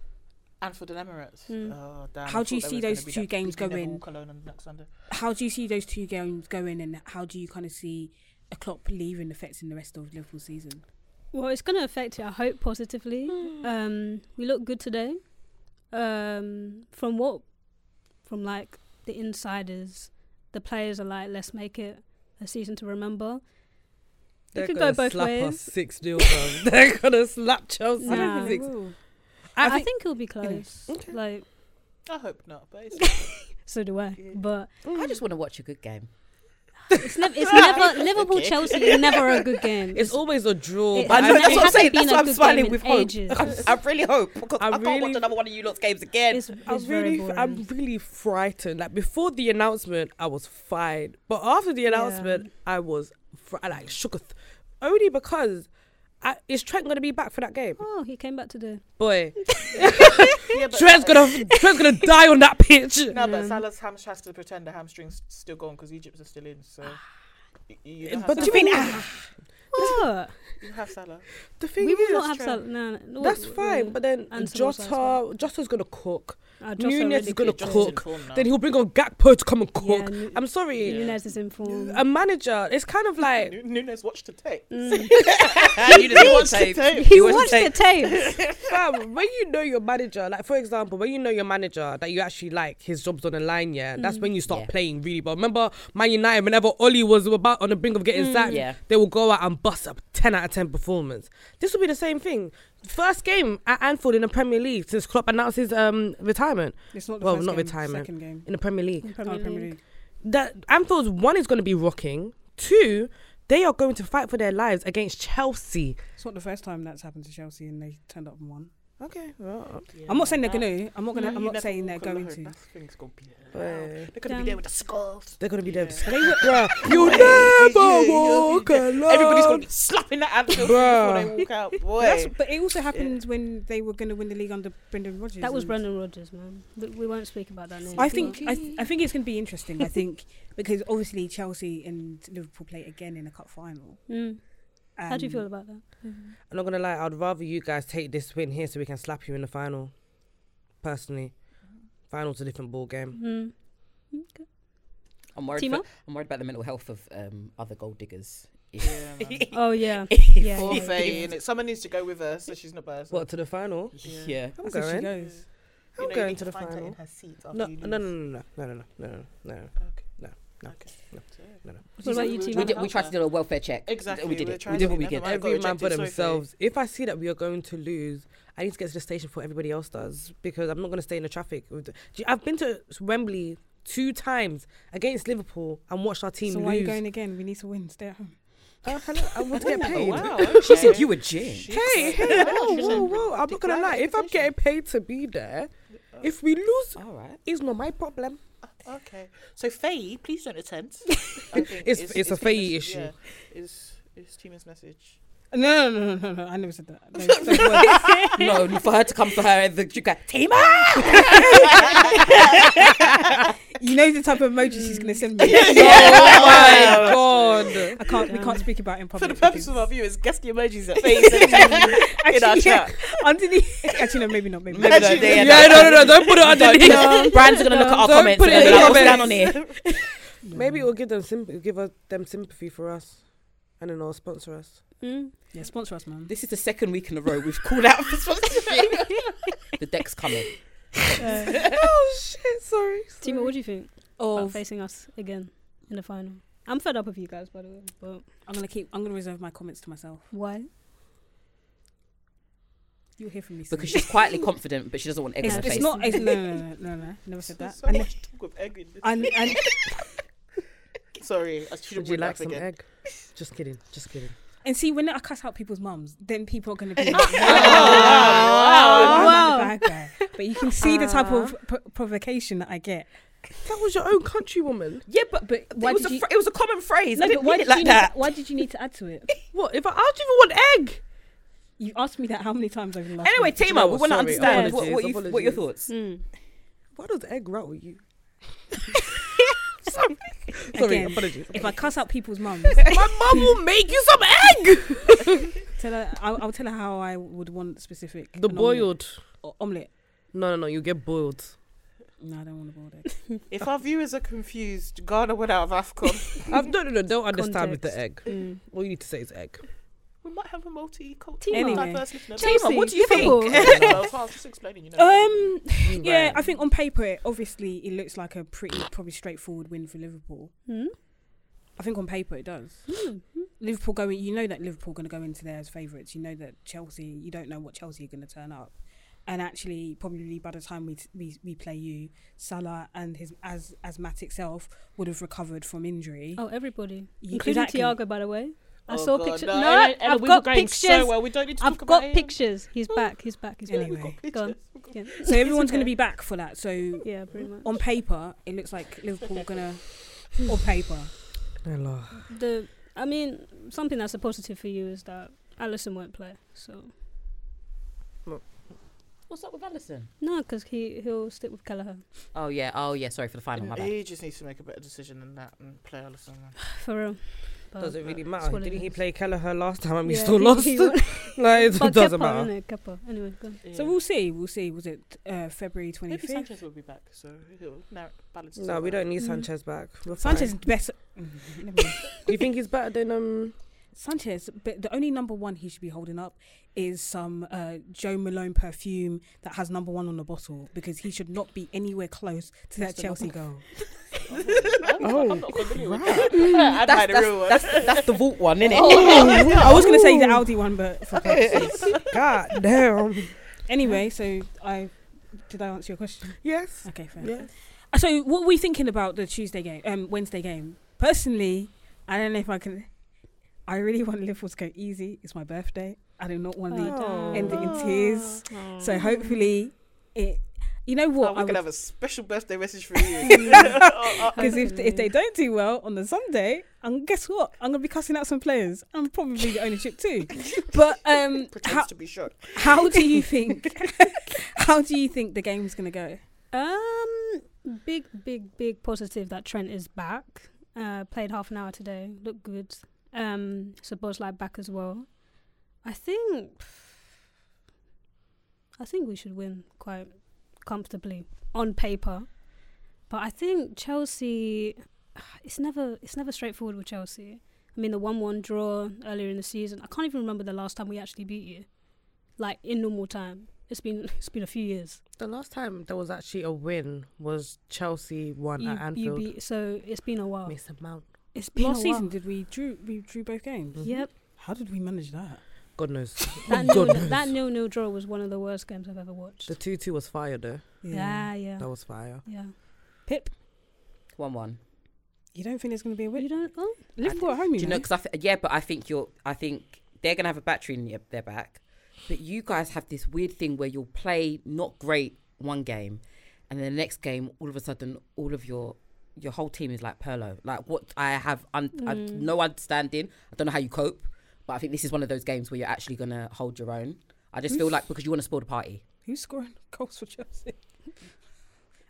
Anfield and Emirates.
Mm.
Oh, damn, I
Hmm. How do you
thought they
see
was gonna
those
be
two
that
games
beating
going?
Liverpool, Cologne on next Sunday.
How do you see those two games going, and how do you kind of see a Klopp leaving affecting the rest of Liverpool season?
Well, it's going to affect it, I hope, positively.
Mm.
Um, we look good today. Um, from what? From like the insiders, the players are like, let's make it a season to remember.
They're
it could
gonna
go both
slap us
ways.
six 0 They're gonna slap Chelsea.
I don't think
six.
I think, it'll be close.
Okay.
Like,
I hope not, but it's
so do I. But
I just want to watch a good game.
it's, nev- it's never Liverpool
Okay.
Chelsea is never a good game.
it's always a draw.
It-
but
I
I
know,
think-
that's what- hasn't been a good game in ages.
I really hope because
I
I, can't
really-
watch another one of you lot's games again.
it's,
I'm
it's very
really, f-
boring.
I'm really frightened. Like before the announcement, I was fine, but after the announcement, I was fr- I, like shooketh, only because I, is Trent gonna be back for that game?
oh, he came back today.
Boy,
yeah, but
Trent's gonna Trent's gonna die on that pitch.
No, but Salah's ham has to pretend the hamstring's still gone because Egypt are still in. So
Ah.
Y- you, don't have
But
Salah.
do you mean? Ah.
What?
you have Salah?
the thing
We
is,
will not have
Trent.
Sal- no, no, no,
that's
we-
fine. But then
And Sabasa as well.
Jota, Jota's gonna cook.
Ah, Jota
Nunez
already
is gonna
cooked.
Jota's
cook.
in form now.
Then he'll bring on Gakpo to come and
Yeah,
cook.
Nu-
I'm sorry.
Nunez is in form.
a manager. It's kind of like
Nu- Nunes watched the tape.
you just
watched the tape.
He watched the tapes.
fam, when you know your manager, like for example, when you know your manager that you actually like his job's on the line, yeah, that's when you start
Yeah.
playing really well. Remember Man United, whenever Oli was about on the brink of getting sacked,
Yeah.
they will go out and bust up ten out of ten performance. This will be the same thing. First game at Anfield in the Premier League since Klopp announced his um retirement.
It's not the
well,
first
not
game,
retirement.
second game.
In the Premier League
Oh, Premier League.
that Anfield's one is going to be rocking. Two, they are going to fight for their lives against Chelsea.
It's not the first time that's happened to Chelsea, and they turned up and won.
Okay, well,
I'm not saying they're gonna. I'm not gonna. I'm
You
not
never
saying they're
walk alone.
going to.
That thing's gonna be loud. They're gonna
Damn.
be there with the skulls.
they're going to be there.
Yeah.
Bruh, you'll
Hey,
never
yeah, yeah,
walk
yeah.
alone.
Everybody's gonna be slapping that Anfield before they
Bruh.
walk out. Boy,
That's, but it also happened when they were gonna win the league under Brendan Rodgers.
That was
and-
Brendan Rodgers, man. We, we won't speak about that name.
I think I, th- I think it's going to be interesting. I think because obviously Chelsea and Liverpool play again in a cup final.
Mm. How do you
Um,
feel about that?
I'm not going to lie, I'd rather you guys take this win here so we can slap you in the final. Personally, final's a different ball game.
Mm.
I'm worried.
Timo?
For, I'm worried about the mental health of um, other gold diggers. If,
Yeah, man.
Oh yeah, yeah.
Poor
yeah.
Faye, innit? Someone needs to go with her so she's not by herself.
What, to the final?
yeah.
I'm
So she
going.
goes.
You
I'm
know, you
going
need
to the
find her
final.
in her seat after
No,
you
no, no,
lose.
no, no, no, no, no, no, no,
Okay.
no.
No. No. No. no.
What about you two?
We,
man?
did, we tried to do a welfare check.
Exactly,
We did
we
it.
tried
We did
to,
what we
never
could.
mind. I got
every man
rejected
for
so
themselves. If I see that we are going to lose, I need to get to the station before everybody else does because I'm not going to stay in the traffic. with the- Do you- I've been to Wembley two times against Liverpool and watched our team
So why are
lose.
you going again? We need to win. Stay at home.
Oh, hello, I want to get paid.
Wow.
She said you were gin.
Hey, hey, whoa, whoa, whoa! I'm not gonna lie. If I'm getting paid to be there, if we lose,
All right.
it's not my problem.
Okay. So Faye, please don't attend. I think
It's-
is-
it's a
is
Faye
Tima's-
issue.
Yeah, is is Tima's message?
No, no, no, no, no. I never said that. No, it's not words.
No, for her to come for her and the, you go, Tima!
you know the type of emoji she's going to send me.
Oh my god!
I can't. We can't speak about it in
For
public.
the purpose
because-
of our viewers, guess the emojis that Faye sent in our
Actually, yeah,
chat.
underneath. Actually, no, maybe not. Maybe.
Maybe
not.
not, they
Yeah,
end up-
no, no, no! Don't put it underneath.
Brands are going to look at our
Don't
comments
put
and
it in
they're
the
like, what's
comments.
going on here?
Maybe it will give them symp- give us them sympathy for us, and then they'll sponsor us.
Mm.
Yeah, sponsor us, man.
This is the second week in a row we've called out for sponsorship. the deck's coming.
oh shit! Sorry.
Timo, what do you think about
Of,
facing us again in the final? I'm fed up of you guys, by the way. But
I'm gonna keep. I'm gonna reserve my comments to myself.
why?
You'll hear from me soon.
Because she's quietly confident, but she doesn't want egg
it's,
on her
it's
face.
not. It's, no, no, no, no, no, no. Never said that.
So
And-
much talk of egg in this.
and, and
Sorry, I should
Would
have brought
you like
that up
some
again.
egg? Just kidding. Just kidding.
And see, when I cut out people's mums, then people are going to be like,
wow.
wow, I'm the bad guy. But you can see the type
Ah.
of pro- provocation that I get.
That was your own countrywoman.
Yeah, but, but
why
it, was
did
a,
you-
fr- it was a common phrase. I didn't mean it
you
like
need
that.
To, why did you need to add to it?
What if I asked you for one egg?
You asked me that how many times over the last
Anyway,
month?
you know
Tima, we
what?
want to
Sorry,
understand. What,
apologies,
what, you, what your
apologies.
thoughts?
Why does egg rattle you? Sorry,
Again,
apologies.
if I cut out people's mums,
My mum will make you some egg.
tell her, I'll, I'll tell her how I would want specific.
The
an
boiled.
Omelette. omelette.
No, no, no. You get boiled.
No, I don't want to boil egg.
If our viewers are confused, Ghana went out of AFCON.
Um, no, no, no. Don't understand with the egg.
Context. Mm.
All you need to say is egg.
we might have a multi-cultural,
Tima.
diverse listener.
Tima,
Tima, what do you
Liverpool.
think?
Well, I was just explaining, you know.
Um, yeah,
Right.
I think on paper, it- obviously, it looks like a pretty, probably straightforward win for Liverpool.
Mm?
I think on paper it does. Liverpool going, you know that Liverpool going to go into there as favourites. You know that Chelsea, you don't know what Chelsea are going to turn up, and actually probably by the time we t- we, we play you, Salah and his as asthmatic self would have recovered from injury.
Oh, everybody,
You-
including
exactly.
Tiago, by the way. I
Oh,
saw
God,
pictures.
no,
No,
Ella- Ella,
I've
we were
got
going
pictures.
So well, we don't need to
I've
talk
got
about Hmm. it.
pictures. He's back. He's back. He's back.
Anyway.
Go on. Yeah.
So everyone's going to be back for that. So
Yeah, pretty
Hmm.
much.
on paper it looks like Liverpool going to, on paper.
Hello.
the, I mean, something that's a positive for you is that Allison won't play. So
What's up with Alison?
no, because he he'll stick with Kelleher
Oh, yeah. Oh, yeah. Sorry for the final. My bad.
He just needs to make a better decision than that and play Alisson.
for real. But
Does it really
it's
matter?
what it
Didn't he
is.
play Kelleher last time and we
Yeah,
still
he-
lost?
he won.
like it
but
doesn't
Kepa,
matter.
innit? Kepa. Anyway, go on.
So we'll see. We'll see. Was it uh, February twenty
Maybe
fifth?
Sanchez will be back, so he'll now balance.
No, we don't need
Mm.
Sanchez back. We're
Sanchez
fine.
better. Mhm, never mind.
Do you think he's better than um?
Sanchez, but the only number one he should be holding up is some uh, Joe Malone perfume that has number one on the bottle because he should not be anywhere close to that Chelsea goal.
Oh,
I'm not familiar with that. I'd buy
That's,
the
that's,
real one.
that's, that's the vault one, isn't it?
Oh.
I was going to say the Aldi one, but for purposes.
God damn.
anyway, so I did I answer your question?
Yes.
Okay, fair. Uh,
Yes.
So what are we thinking about the Tuesday game, um, Wednesday game? Personally, I don't know if I can. I really want Liverpool to go easy. It's my birthday. I do not want the
Oh,
end it in
damn.
tears. So hopefully, it. You know
Oh,
what?
we're
I would-
gonna have a special birthday message for you. Oh, oh,
Because if,
Hopefully.
if they don't do well on the Sunday, and guess what? I'm gonna be cussing out some players. I'm probably the ownership too. But um,
pretends
how,
to be shocked.
how do you think? how do you think the game's gonna go?
Um, big, big, big positive that Trent is back. Uh, played half an hour today. Looked good. Um, so Bosley back as well. I think. I think we should win quite comfortably on paper, but I think Chelsea. It's never it's never straightforward with Chelsea. I mean, the one-one draw earlier in the season. I can't even remember the last time we actually beat you, like in normal time. It's been it's been a few years.
The last time there was actually a win was Chelsea won
You-
at
you
Anfield.
beat- so it's been a while.
Mason Mount.
It's been
Last
a while. Mm.
season, did we drew we drew both games?
Yep.
How did we manage that?
God knows.
That
God
nil,
knows.
that nil nil draw was one of the worst games I've ever watched.
the two two was fire though.
Yeah, yeah,
That was fire.
yeah.
Pip,
One one.
you don't think it's going to be a win?
You don't. Oh,
Liverpool at home, you
Do you know?
know.
Because I th- yeah, but I think you're. I think they're gonna have a battery in your, their back. But you guys have this weird thing where you'll play not great one game, and then the next game, all of a sudden, all of your your whole team is like Perlo. Like what I have un- I- no understanding. I don't know how you cope. But I think this is one of those games where you're actually gonna hold your own. I just feel like because you want to spoil the party.
Who's scoring goals for Chelsea?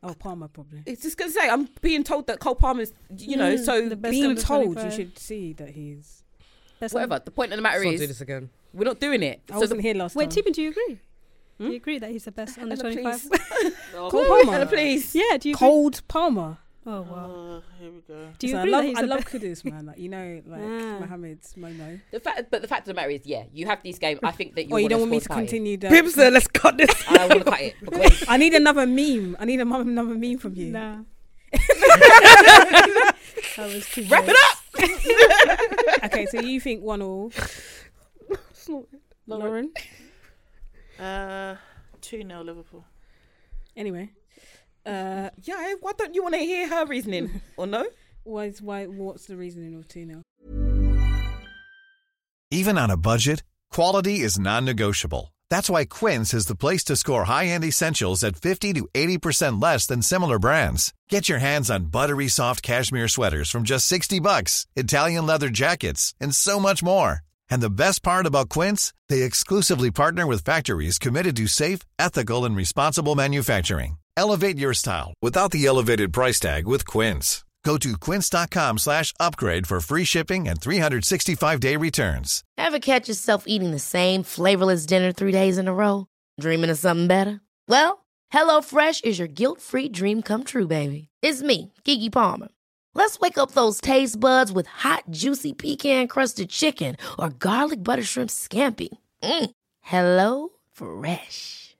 Oh, Palmer probably.
It's just gonna say I'm being told that Cole Palmer's, you know,
Mm,
so
the best
Being
under
told, you
25.
should see that he's.
That's
whatever. The point of the matter
Let's not do
is
this again.
we're not doing it.
I
So the
wasn't here last
Wait,
time.
Tippin, do you agree?
Hmm?
Do you agree that he's the best under
Anna,
twenty five?
please.
Cole
Anna,
Palmer.
please.
Yeah, do you? Agree?
Cold Palmer.
Oh wow.
Uh, here we go.
Do you
So I
agree
love,
that he's
I
the
love
best?
Kudus, man. Like you know, like
Ah.
Mohammed's Momo.
The fact, but the fact of the matter is, yeah, you have these games. I think that you.
Oh, you don't want me to
score a tie.
continue that?
Pip said, let's cut this.
I want to cut it because
I need another meme. I need another another meme from you.
Nah. that was too
wrap it
much.
up.
Okay, so you think one all? Lauren.
Uh, 2 0 Liverpool.
Anyway,
Uh, yeah, why don't you want to hear her reasoning or no?
why is why? What's the reasoning of two 0
Even on a budget, quality is non-negotiable. That's why Quince is the place to score high-end essentials at 50 to 80% less than similar brands. Get your hands on buttery soft cashmere sweaters from just 60 bucks, Italian leather jackets, and so much more. And the best part about Quince, they exclusively partner with factories committed to safe, ethical, and responsible manufacturing. Elevate your style without the elevated price tag with Quince. Go to quince.com slash upgrade for free shipping and 365-day returns.
Ever catch yourself eating the same flavorless dinner three days in a row? Dreaming of something better? Well, HelloFresh is your guilt free dream come true, baby. It's me, Gigi Palmer. Let's wake up those taste buds with hot, juicy pecan crusted chicken or garlic butter shrimp scampi. Mm. Hello Fresh.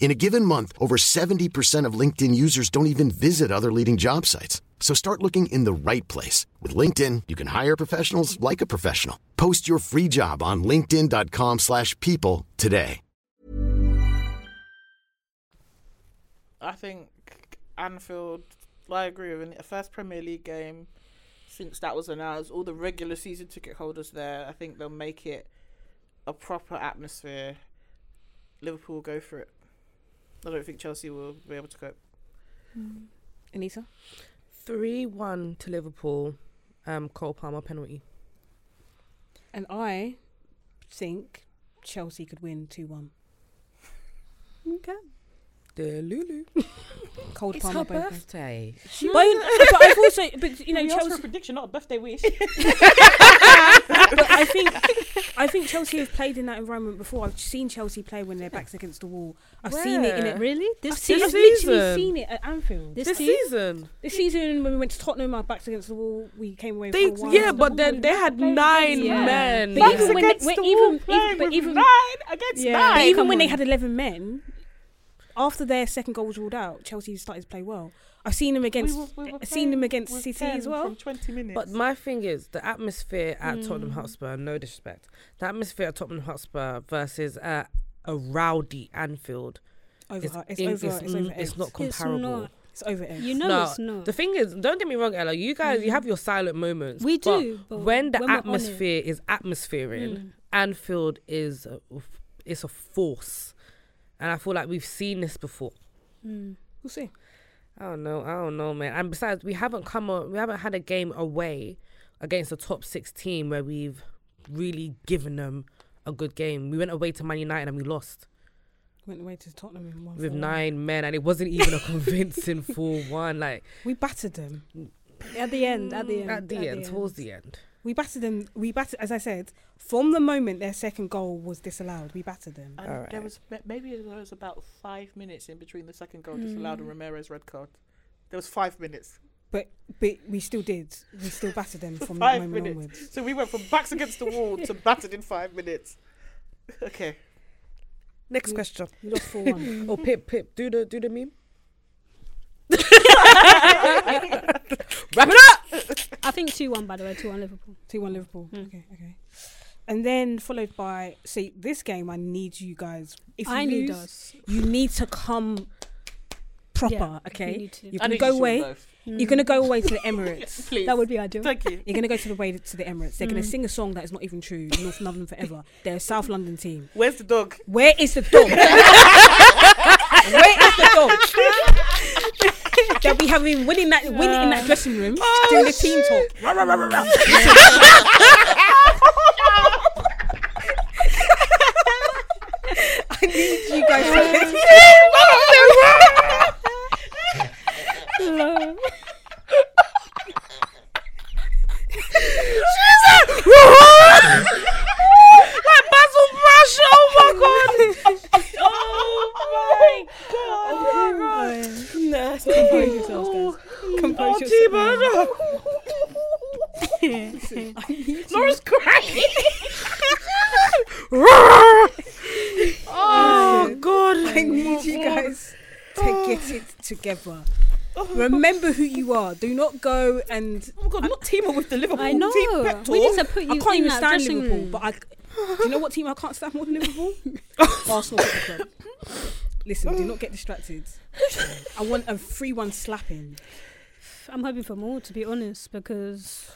In a given month, over 70% of LinkedIn users don't even visit other leading job sites. So start looking in the right place. With LinkedIn, you can hire professionals like a professional. Post your free job on linkedin.com/people slash people today.
I think Anfield. I agree with it. First Premier League game since that was announced. All the regular season ticket holders there. I think they'll make it a proper atmosphere. Liverpool will go for it. I don't think Chelsea will be able to cope.
Anita.
Three one to Liverpool. Um, Cole Palmer penalty.
And I think Chelsea could win two one.
Okay.
The Lulu.
Cold
It's
Palmer.
her
both.
birthday.
But, I- but I've also, but you know,
we asked for a
Chelsea.
prediction, not a birthday wish.
But I think, I think Chelsea have played in that environment before. I've seen Chelsea play when their backs against the wall. I've seen it in
Where?
it.
Really?
I've,
This
seen,
season?
I've literally
season?
seen it at Anfield.
This
This
season?
season.
This season, when we went to Tottenham, our backs against the wall, we came away.
They
for a while.
yeah, but then they had nine
Yeah.
men.
But
Backs
even when,
against
when
the
even,
wall playing
even, but
with
even,
nine against
but
nine.
even
come
when they
on.
had eleven men, after their second goal was ruled out, Chelsea started to play well. I've seen them against, I've seen them
playing
against
with
City
10
as well.
From Twenty minutes.
But my thing is the atmosphere at Tottenham
Mm.
Hotspur. No disrespect. The atmosphere at Tottenham Hotspur versus uh, a rowdy Anfield.
Over,
is
it's, it's,
in-
over, it's,
mm,
over,
it's not
It's
comparable.
not.
it's over. Eggs.
You know
No,
it's not. Mm.
The thing is, don't get me wrong, Ella. You guys, you have your silent moments.
We do, but
when the
when we're on it. Mm.
atmosphere is atmosphering, Anfield is a, it's a force, and I feel like we've seen this before.
Mm.
We'll see.
I don't know. I don't know, man. And besides, we haven't come on. We haven't had a game away against a top six team where we've really given them a good game. We went away to Man United and we lost.
went away to Tottenham in one.
with
four.
nine men, and it wasn't even a convincing full one. Like
We battered them at the end. At the end.
Mm, at the end, towards the end.
We battered them. We battered, as I said, from the moment their second goal was disallowed, we battered them.
And there was ma- maybe there was about five minutes in between the second goal disallowed
Mm.
and Romero's red card. There was five minutes.
But but we still did. We still battered them from that
five
moment
minutes.
onwards.
So we went from backs against the wall to battered in five minutes. Okay.
Next question.
You lost four one.
Oh, Pip, Pip, do the do the meme. Wrap it up.
I think 2 1, by the way, 2 1 Liverpool.
Two one Liverpool.
Hmm.
Okay, okay. And then followed by see this game. I need you guys. If you
I need
lose,
us.
You need to come proper.
Yeah, we
okay.
need to.
You're
I
gonna
need
go
you to
away.
both.
You're gonna go away to the Emirates.
Please.
That would be ideal.
Thank you.
You're gonna go to the way to the Emirates. They're gonna
Hmm.
sing a song that is not even true. North London forever. They're a South London team.
Where's the dog?
Where is the dog? Where is the dog? They'll be having winning that winning in that dressing room
Oh,
doing the team talk. I need you guys.
like Basil Brush. Oh my god.
Compose yourselves, guys.
Oh,
Compose yourselves.
Laura's crying. oh god.
I need you guys to get it together. Remember who you are. Do not go and
Oh my god, not team up with the Liverpool
I know.
team pep
We need
talk.
to put you
I can't
in
even
that
stand
dressing
Liverpool,
room.
but I. Do you know what team I can't stand more than Liverpool? Arsenal Football Club. Listen, do not get distracted. I want a three-one slapping.
I'm hoping for more, to be honest, because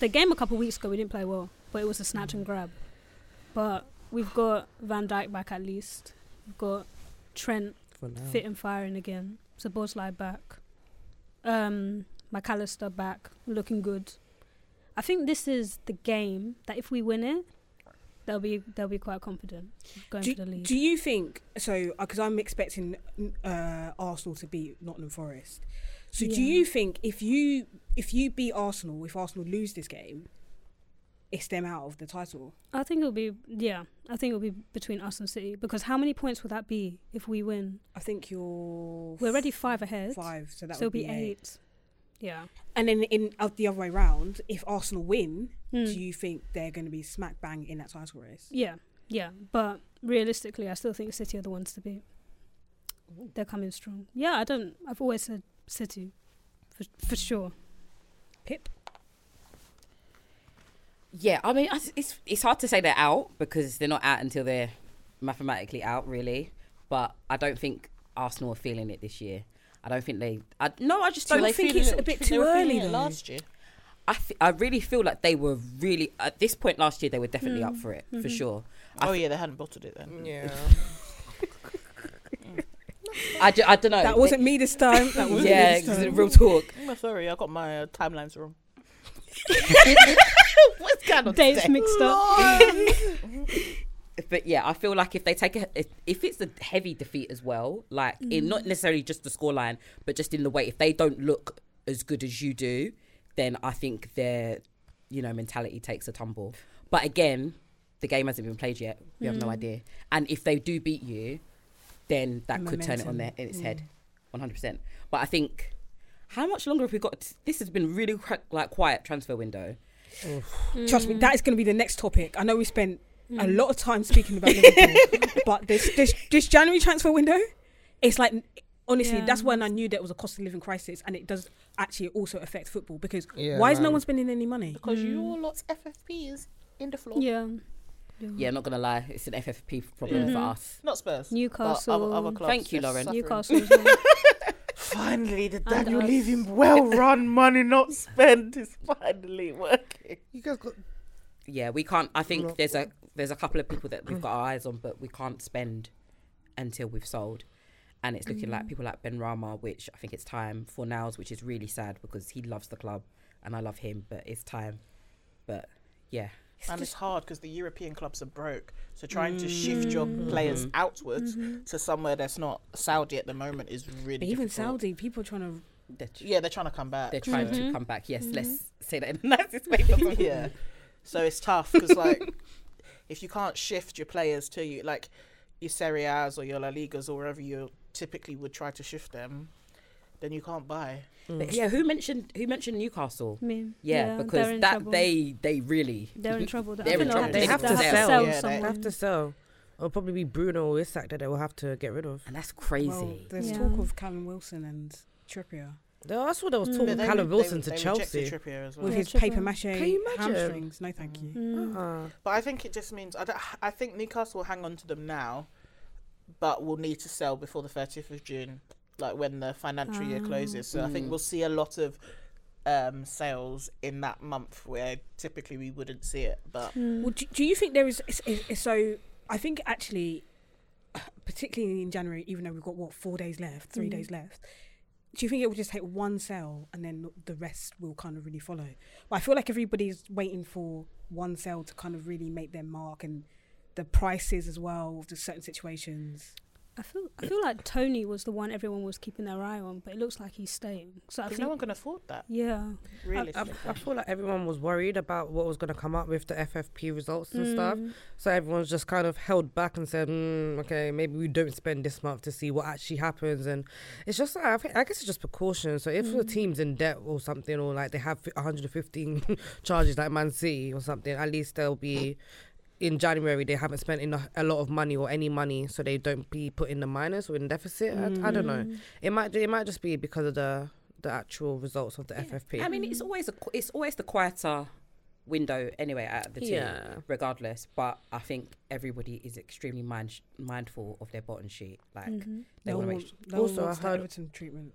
the game a couple of weeks ago we didn't play well, but it was a snatch and grab. But we've got Van Dijk back at least. We've got Trent fit and firing again. Sabozlai back. Um, McAllister back, looking good. I think this is the game that if we win it, they'll be they'll be quite confident going
Do,
for the lead.
do you think so? Because I'm expecting uh, Arsenal to beat Nottingham Forest. So do
Yeah.
you think if you if you beat Arsenal, if Arsenal lose this game, it's them out of the title?
I think it'll be yeah. I think it'll be between us and City because how many points would that be if we win?
I think you're
We're already five ahead.
five, so that
so
would
it'll be eight. Yeah.
And then in uh, the other way round, if Arsenal win,
Mm.
do you think they're going to be smack bang in that title race?
Yeah. Yeah. But realistically, I still think City are the ones to beat. They're coming strong. Yeah, I don't. I've always said City, for for sure.
Pip,
Yeah, I mean, I- it's it's hard to say they're out because they're not out until they're mathematically out, really. But I don't think Arsenal are feeling it this year. I don't think they. I, no, I just
Do
don't
you
think
think it's a bit too early though?
last year.
I, th- I really feel like they were really at this point last year they were definitely up for it for sure. I,
Mm. Oh yeah, they hadn't bottled it then. Yeah.
I, ju- I don't know.
that wasn't me this time. That wasn't
yeah,
me this
'cause
time.
real talk.
sorry, I got my uh, timelines wrong.
Dates mixed up.
But yeah, I feel like if they take a if, if it's a heavy defeat as well, like in not necessarily just the scoreline, but just in the way if they don't look as good as you do, then I think their you know mentality takes a tumble. But again, the game hasn't been played yet. We have no idea. And if they do beat you, then that
The
could turn it on their
momentum,
in its head, one hundred percent. But I think how much longer have we got? This has been really qu- like quiet transfer window.
Mm.
Trust me, that is going to be the next topic. I know we spent a lot of time speaking about Liverpool, but this this this January transfer window, it's like honestly,
Yeah.
that's when I knew there was a cost of living crisis, and it does actually also affect football because why is no one spending any money? Mm.
Because you all lot's FFP is in the floor.
Yeah. Mm.
Yeah, not gonna lie, it's an FFP problem for us.
Not Spurs. but
Newcastle.
Other, other clubs
Thank you,
they're
Lauren.
suffering.
Newcastle. as well.
Finally, the
And
Daniel
us.
leaving well-run money not spent is finally working.
You guys got
yeah, we can't. I think there's a there's a couple of people that we've got our eyes on, but we can't spend until we've sold. And it's looking like people like Ben Rama, which I think it's time for nows, which is really sad because he loves the club and I love him, but it's time. But yeah,
and it's hard because the European clubs are broke. So trying to shift your players outwards to somewhere that's not Saudi at the moment is really
But even
difficult.
Saudi, people trying to
They're, tr-
Yeah, they're trying to come back.
they're trying to come back. Yes, let's say that in the nicest way possible.
yeah. So it's tough because like if you can't shift your players to you like your Serie A's or your La Ligas or wherever you typically would try to shift them, then you can't buy.
But yeah, who mentioned who mentioned Newcastle?
Me.
Yeah,
Yeah, they're
because
in
that
trouble.
they they really
They're in trouble. I
They're in
think
trouble.
they'll
They have to
they'll
sell.
sell
Yeah, they-
They have
someone.
to sell. It'll probably be Bruno or Isak that they will have to get rid of.
and that's crazy.
Well, there's
Yeah.
talk of Callum Wilson and Trippier
No, That's what I was
Mm. But
talking
they
Callum
re- they-
Wilson to
they rejected
Chelsea.
Trippier as well.
with his
Trippier.
paper mache
you imagine?
hamstrings. No, thank
Mm.
you.
Mm.
Uh-uh.
But I think it just means I, don't, I think Newcastle will hang on to them now, but will need to sell before the 30th of June, like when the financial year
Ah,
closes. So I think
mm.
we'll see a lot of um, sales in that month where typically we wouldn't see it. But
Well, do, do you think there is, is, is so? I think actually, particularly in January, even though we've got what four days left, three days left. Do you think it will just take one sale and then the rest will kind of really follow? But I feel like everybody's waiting for one sale to kind of really make their mark and the prices as well of the certain situations.
I feel I feel like Tony was the one everyone was keeping their eye on, but it looks like he's staying. So I
because
think
no one can afford that,
yeah,
really.
I, I feel like everyone was worried about what was going to come up with the FFP results and
Mm.
stuff. So everyone's just kind of held back and said, mm, okay, maybe we don't spend this month to see what actually happens. And it's just, I, think, I guess it's just precaution. So if the
Mm.
team's in debt or something, or like they have fi- 115 charges like Man City or something, at least they'll be. In January, they haven't spent enough, a lot of money or any money, so they don't be put in the minus or in deficit. I, I don't
Mm.
know. It might it might just be because of the the actual results of the FFP.
I mean, it's always a, qu- it's always the quieter window anyway at the team,
Yeah.
regardless. But I think everybody is extremely mind- sh- mindful of their bottom sheet. Like they
No one,
want to
wants,
make.
no also,
Also, I
one wants that
heard- Mm.
Everton treatment.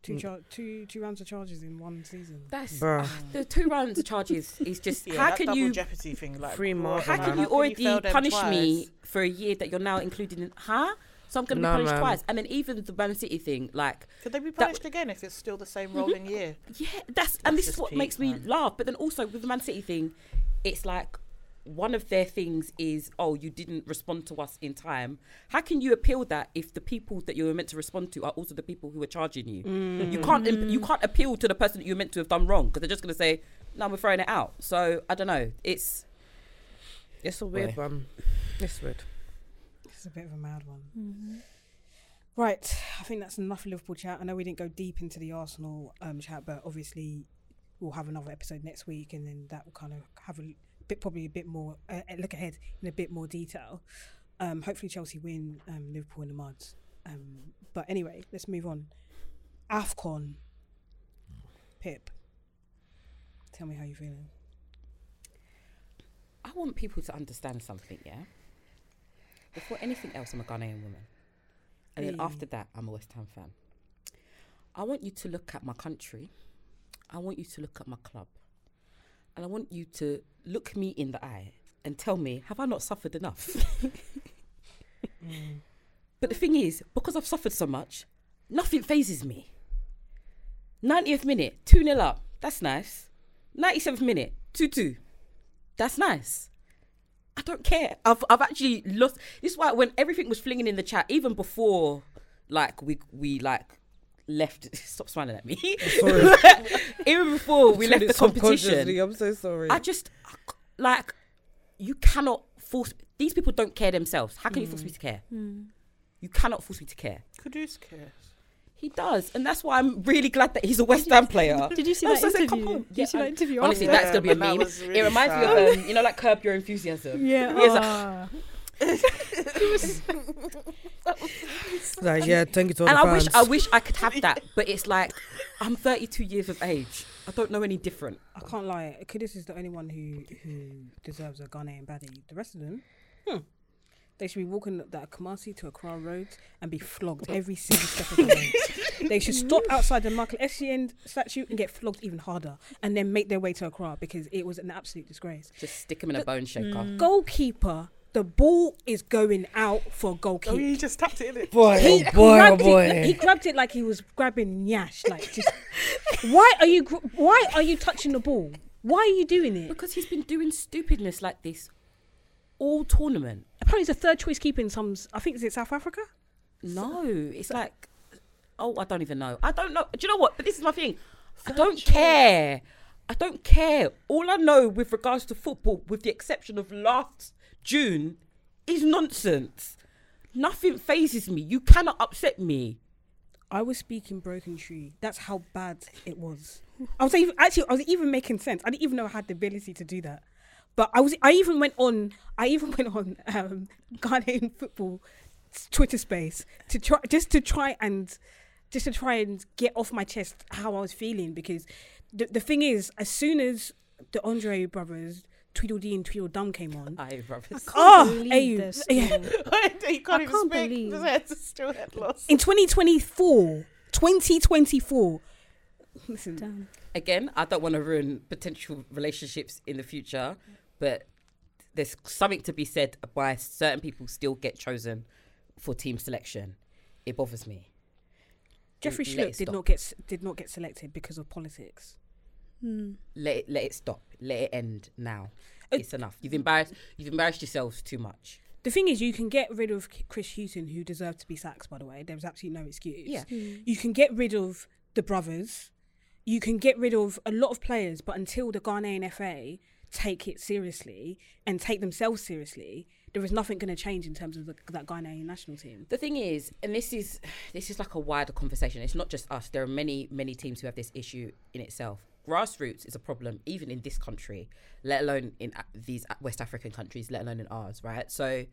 Two, char- two, two rounds of charges in one season.
That's
Bruh.
ah, the two rounds charges is just
Yeah,
how
that
can
double
you
jeopardy thing? Like,
Free
what-
market,
how can
man.
you already
fail them
punish me
twice?
for a year that you're now included in? Huh? So I'm gonna
Nah,
be punished
man.
twice, and then even the Man City thing, like
Could they be
that
punished again if it's still the same rolling year?
Yeah, that's and this is
just
what
peak,
makes me
man.
laugh. But then also with the Man City thing, it's like one of their things is oh you didn't respond to us in time. How can you appeal that if the people that you were meant to respond to are also the people who are charging you?
Mm.
You can't imp- you can't appeal to the person that you're meant to have done wrong because they're just going to say no, we're throwing it out. So I don't know. It's
It's a weird one. It's weird.
It's a bit of a mad one. Right, I think that's enough Liverpool chat. I know we didn't go deep into the Arsenal um, chat, but obviously we'll have another episode next week, and then that will kind of have a l- bit, probably a bit more uh, a look ahead in a bit more detail. Um, hopefully, Chelsea win um, Liverpool in the mud. Um, but anyway, let's move on. Afcon, Pip, tell me how you're feeling.
I want people to understand something. Yeah. Before anything else, I'm a Ghanaian woman, and then
Hey.
after that, I'm a West Ham fan. I want you to look at my country. I want you to look at my club. And I want you to look me in the eye and tell me, have I not suffered enough? But the thing is, because I've suffered so much, nothing phases me. 90th minute, 2 0 up. That's nice. 97th minute, 2 2. That's nice. I don't care. I've, I've actually lost. This is why when everything was flinging in the chat, even before, like, we, we like, left stop smiling at me even before we left the competition
I'm so sorry.
I just I c- like you cannot force these people don't care themselves. How can you
Mm.
force me to care? You cannot force me to care.
Kudus cares.
He does, and that's why I'm really glad that he's a West Ham player.
Uh, Did you see
I'm
that
sad,
interview?
come on.
Did you see that
I-
interview
Honestly,
after?
that's gonna be
Yeah,
a
but that
meme.
was really
it reminds me of um, you know, like curb your enthusiasm.
Oh, yeah.
He was like,
ah.
like, yeah, thank you to all
and
the
I wish,
fans.
I wish I could have that, but it's like I'm 32 years of age. I don't know any different.
I can't lie. Kudus is the only one who who deserves a Ghanaian baddie. The rest of them, hmm, they should be walking that Kumasi to Accra Road and be flogged every single step of the way. they should stop outside the Michael Essien statue and get flogged even harder, and then make their way to Accra because it was an absolute disgrace.
Just stick him in a bone shaker.
Mm.
Goalkeeper, the ball is going out for goalkeeper.
Oh, he just tapped it in it.
boy,
He
oh boy, oh
grabbed It, he
boy.
grabbed it like he was grabbing Nyash. Like, just why are you? gr- Why are you touching the ball? Why are you doing it?
Because he's been doing stupidness like this all tournament.
Apparently, he's a third choice keeper in some. I think is it South Africa.
No, it's like, oh, I don't even know. I don't know. Do you know what? But this is my thing. I don't care. I don't care. All I know with regards to football, with the exception of last June, is nonsense. Nothing phases me. You cannot upset me.
I was speaking broken tree. That's how bad it was. I was even, actually I was even making sense. I didn't even know I had the ability to do that. But I was I even went on I even went on um Ghanaian football Twitter space to try just to try and just to try and get off my chest how I was feeling because the the thing is as soon as the Andre brothers Tweedledee and Tweedledum came on.
I brothers.
Oh,
believe
hey,
this.
yeah.
you can't even
can't
speak.
believe-
His head's still head loss.
in 2024 2024 listen
Damn.
Again, I don't want to ruin potential relationships in the future, but there's something to be said why certain people still get chosen for team selection. It bothers me.
Jeffrey
Let
Schlupp
it
did
stop.
not get s- did not get selected because of politics.
Let it let it stop. Let it end now.
Uh,
It's enough. You've embarrassed you've embarrassed yourselves too much.
The thing is, you can get rid of K- Chris Hutton, who deserved to be sacked. By the way, there was absolutely no excuse.
Yeah.
you can get rid of the brothers. You can get rid of a lot of players, but until the Ghanaian FA take it seriously and take themselves seriously, there is nothing going to change in terms of the, that Ghanaian national team.
The thing is, and this is this is like a wider conversation. It's not just us. There are many many teams who have this issue in itself. Grassroots is a problem even in this country, let alone in uh, these West African countries, let alone in ours, right? So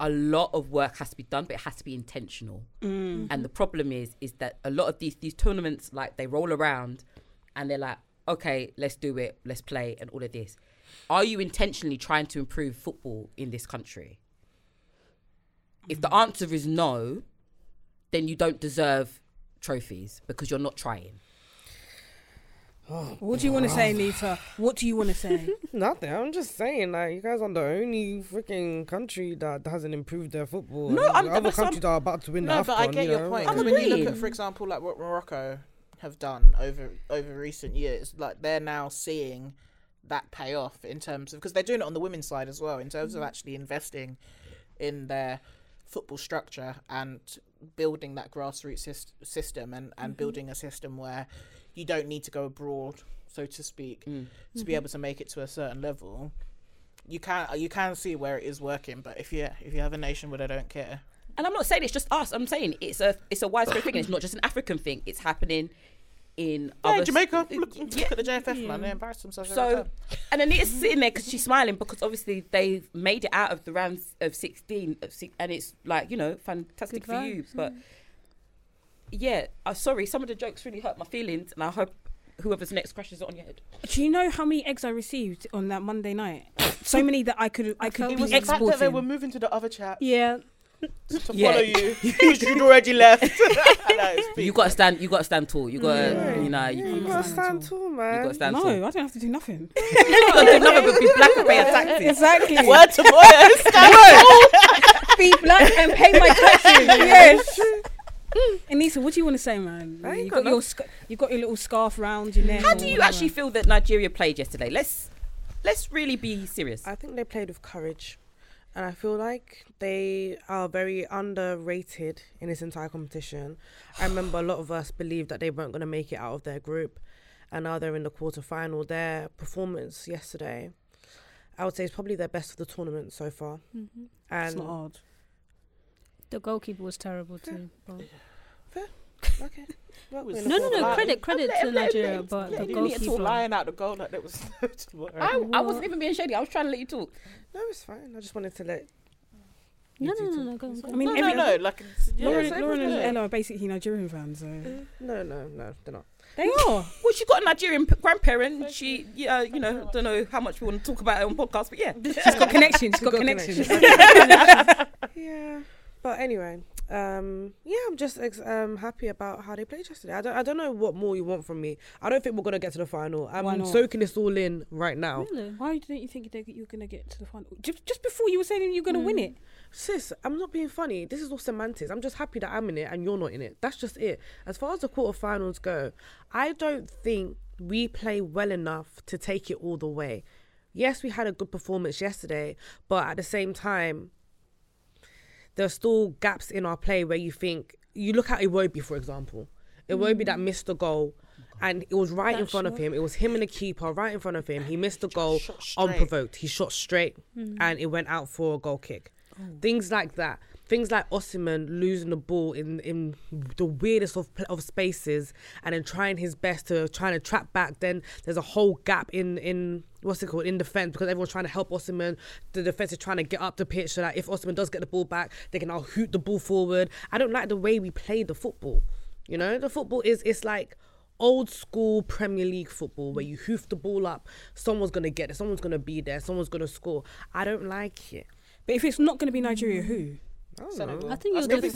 a lot of work has to be done, but it has to be intentional. And the problem is, is that a lot of these these tournaments, like they roll around, and they're like, okay, let's do it, let's play, and all of this. Are you intentionally trying to improve football in this country? If
Mm.
the answer is no, then you don't deserve trophies because you're not trying.
What do you want to say, Nita? What do you want to say?
Oh, Nothing. I'm just saying, like you guys are the only freaking country that hasn't improved their football.
No, I'm-
the other
that's- I'm-
countries that are about to win
No,
the
but I
AFCON,
get
you
your
know,
point.
like-
Because when you look
agreeing.
at, for example, like what Morocco have done over over recent years, like they're now seeing that pay off in terms of because they're doing it on the women's side as well in terms of actually investing in their football structure and building that grassroots sys- system and, and building a system where you don't need to go abroad so to speak
Mm.
to be able to make it to a certain level you can you can see where it is working but if you if you have a nation where they don't care
And I'm not saying it's just us. I'm saying it's a it's a widespread thing. It's not just an African thing. It's happening in
Yeah,
other
Jamaica.
Uh,
Look,
yeah.
look at the JFF man. They embarrass themselves. every
So,
time.
and Anita's sitting there because she's smiling because obviously they've made it out of the rounds of 16, of six, and it's like, you know, fantastic
Good
for you. But yeah, I'm sorry, some of the jokes really hurt my feelings, and I hope whoever's next crashes it on your head.
Do you know how many eggs I received on that Monday night? So many that I could I could
it
be
was the fact
exporting.
that they were moving to the other chat
Yeah.
to
Yeah.
follow you. You'd already left.
you got to stand, you got to stand tall. You got to, you know, you,
You
you
gotta stand tall, man.
got to stand
no,
tall.
I don't have to do nothing.
you got to do nothing but be black and pay your taxes.
exactly.
Word to Moya.
Be black and pay my taxes. yes. Anissa, what do you want to say, man?
I ain't
You
got
got, your
nothing.
sc- you got your little scarf round your neck.
How
or
do you
whatever.
actually feel that Nigeria played yesterday? Let's let's really be serious.
I think they played with courage. And I feel like they are very underrated in this entire competition. I remember a lot of us believed that they weren't going to make it out of their group. And now they're in the quarterfinal. Their performance yesterday, I would say, is probably their best of the tournament so far.
It's not
And
hard.
The goalkeeper was terrible too. but-
okay. Well,
was
we're not
No, no,
gonna
no.
lying.
lie.
Credit, credit to Nigeria, but
You
the
need to talk
goalkeeper.
lying out the goal like that was no tomorrow.
I, I wasn't even being shady. I was trying to let you talk.
No, it's fine. I just wanted to let.
No, no, no, no. Go on, go
I
on.
mean,
no,
every,
no, no. Like, it's- yeah,
Lauren,
it's over
Lauren and
there.
Ella are basically Nigerian fans. So.
No, no, no. They're not.
They are.
Well, she got a Nigerian p- grandparent. She, yeah, you know, don't know how much we want to talk about it on podcast, but yeah.
She's got connections. She's got,
got
connections.
yeah. But anyway, um, yeah, I'm just ex- um, happy about how they played yesterday. I don't, I don't know what more you want from me. I don't think we're gonna get to the final.
Why
I'm
not?
soaking this all in right now,
Really?
Why don't you think that you're going to get to the final? Just, just before you were saying you're going to win it.
Hmm. sis. I'm not being funny. This is all semantics. I'm just happy that I'm in it and you're not in it. That's just it. As far as the quarterfinals go, I don't think we play well enough to take it all the way. Yes, we had a good performance yesterday, but at the same time, there's still gaps in our play where you think you look at Iwobi, for example. Iwobi that missed the goal, and it was right in
Mm. That
front of
shot.
him. It was him and the keeper right in front of him. He missed the goal
straight.
unprovoked. He shot straight,
Mhm.
and it went out for a goal kick.
Oh.
Things like that. Things like Ossiman losing the ball in in the weirdest of pl- of spaces, and then trying his best to trying to trap back. Then there's a whole gap in in what's it called in defense because everyone's trying to help Ossiman. The defense is trying to get up the pitch so that if Ossiman does get the ball back, they can now hoot the ball forward. I don't like the way we play the football. You know, the football is it's like old school Premier League football where you hoof the ball up, someone's gonna get it, someone's gonna be there, someone's gonna score. I don't like it.
But if it's not gonna be Nigeria, who?
I don't
Senegal.
know.
I still think- I still think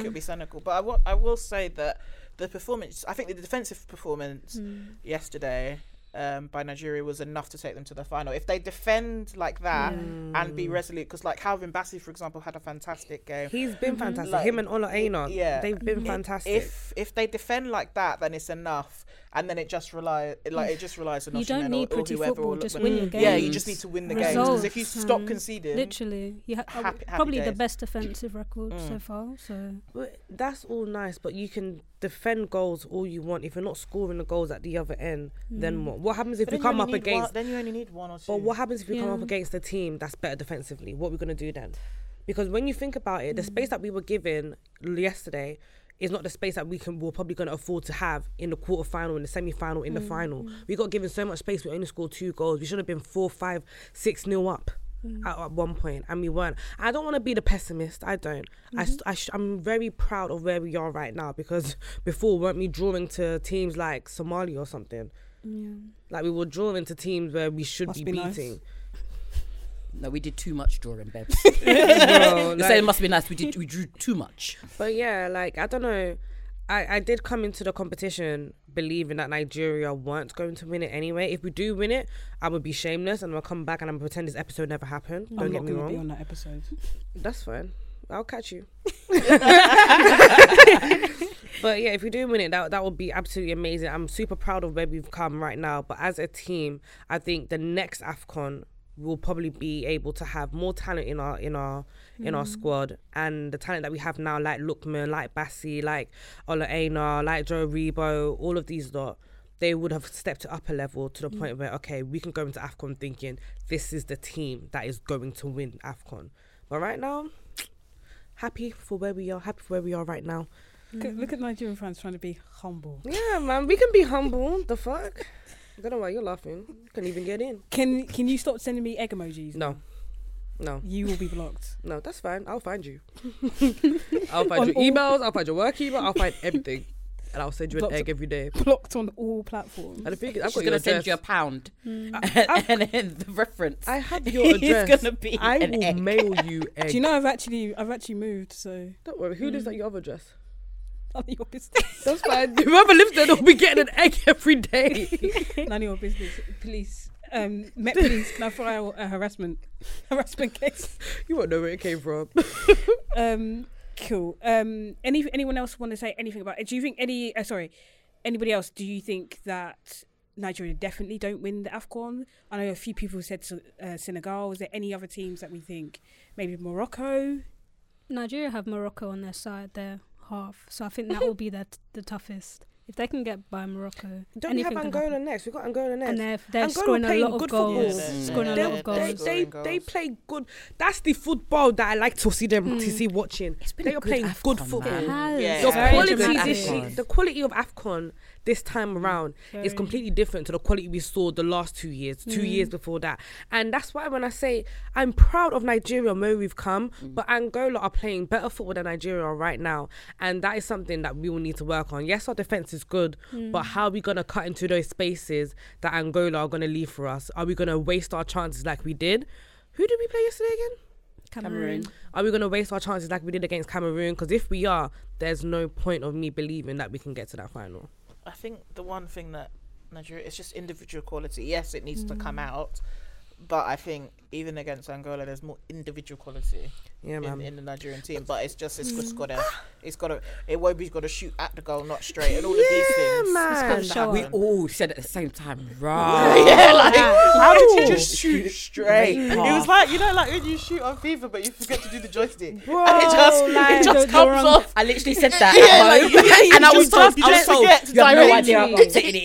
it'll be
Mm.
Senegal, but I will, I will say that the performance, I think the defensive performance
Mm.
yesterday um, by Nigeria was enough to take them to the final. If they defend like that
Yeah.
and be resolute, because like Calvin Bassey, for example, had a fantastic game.
He's been fantastic. Him and Ola Aina, they've
I-
been fantastic.
Mm-hmm. If if they defend like that, then it's enough, and then it just relies like it just relies on
You don't
Osimhen
need
or, or
pretty
whoever
football,
will
just
win.
win your games.
Yeah, you just need to win the game. Because if you
Results,
stop
um,
conceding,
literally, you ha-
happy- happy
probably the
days.
best defensive record
Mm.
so far. So
But that's all nice, but you can defend goals all you want. If you're not scoring the goals at the other end, then
Mm.
what? What happens if
But
we
then you
come
only
up
need one-
against?
then you only need one or two.
But what happens if we come up
Yeah.
against a team that's better defensively? What are we going to do then? Because when you think about it, the
Hmm.
space that we were given l- yesterday is not the space that we can we're probably going to afford to have in the quarterfinal, in the semi-final, in the
Mm,
Hmm.
final.
mm.
We got given so much space. We only scored two goals. We should have been four, five, six nil up.
Mm.
At, at one point, and we weren't. I don't want to be the pessimist. I don't. I st- I sh- I'm very proud of where we are right now because before weren't we drawing to teams like Somalia or something? Like we were drawing to teams where we should
Must
be,
be nice.
beating.
No, we did too much drawing, babes.
Bro,
You're
like-
saying must be nice. We did. We drew too much.
But yeah, like I don't know. I, I did come into the competition believing that Nigeria weren't going to win it anyway. If we do win it, I would be shameless and I'll come back and I'm pretend this episode never happened.
I'm
don't
not
get me
gonna
wrong.
be on that episode.
That's fine. I'll catch you. but yeah, if we do win it, that that would be absolutely amazing. I'm super proud of where we've come right now. But as a team, I think the next Afcon will probably be able to have more talent in our in our in our
Mm.
squad and the talent that we have now, like Lookman, like Bassi, like Ola Aina, like Joe Rebo, all of these lot. They would have stepped it up a level to the
Mm.
point where okay, we can go into Afcon thinking this is the team that is going to win Afcon. But right now, happy for where we are. Happy for where we are right now.
Look at- Look at Nigerian fans trying to be humble.
Yeah, man, we can be humble. The fuck? I don't know why you're laughing. You couldn't even get in.
Can Can you stop sending me egg emojis?
No. No.
You will be blocked.
No, that's fine. I'll find you. I'll find
On
your
all-
emails. I'll find your work email. I'll find everything, and I'll send you an
Blocked-
egg every day.
Blocked on all platforms.
And the thing is, I've
She's
got
gonna
your
send
address.
you a pound,
Mm.
and then the reference.
I have your address.
It's gonna be
I
an
will
egg.
mail you egg.
Do you know I've actually I've actually moved, so
Don't worry. Who
Hmm.
lives at your other address?
none of your business.
That's fine. Whoever lives there, they'll be getting an egg every day.
none of your business. Police. Um, Met police. Can I file a harassment harassment case?
You won't know where it came from.
Um, cool. Um, any anyone else want to say anything about it? Do you think any? Uh, sorry, anybody else? Do you think that Nigeria definitely don't win the Afcon? I know a few people said uh, Senegal. Is there any other teams that we think maybe Morocco?
Nigeria have Morocco on their side, their half. So I think that will be their t- the toughest. If they can get by Morocco,
Don't we
anything
have
can
Angola
happen.
next? We've got Angola next.
And they're, they're
Angola
scoring a
playing
lot of
good
goals.
football.
Yeah, scoring a lot of
They,
goals.
they, they play good. That's the football that I like to see them
Hmm.
to see watching.
been
they
a
are
good
playing good
AFCON,
football.
man. It has.
The
Yeah. Very
quality
dramatic.
this year-
AFCON.
the quality of Afcon this time around is
Very.
completely different to the quality we saw the last two years, two
Mm.
years before that, and that's why when I say I'm proud of Nigeria and where we've come, but Angola are playing better football than Nigeria are right now, and that is something that we will need to work on. Yes, our defense is good, but
Mm.
how are we going to cut into those spaces that Angola are going to leave for us? Are we going to waste our chances like we did? Who did we play yesterday again?
Cameroon.
Are we going to waste our chances like we did against Cameroon? Because if we are, there's no point of me believing that we can get to that final.
Mm.
I think the one thing that Nigeria it's just individual quality. Yes, it needs to come out, But I think even against Angola, there's more individual quality
Yeah, man.
in, in the Nigerian team. But it's just it's just
Mm.
gotta it's gotta it won't be gotta shoot at the goal, not straight, and all of these things. It's gotta
We
happen.
all said at the same time, right?
yeah, like how did you
Ooh.
just shoot straight?
Great
It
pass.
was like you know, like when you shoot on FIFA, but you forget to do the joystick,
Bro,
and it just
like,
it just
the- the
comes
wrong-
off.
I literally said that
Yeah,
at
like,
home,
you- you
and I was
just
told,
don't-
I
you
was
just
told,
forget to
you have no
direct
idea how
it.
complicated it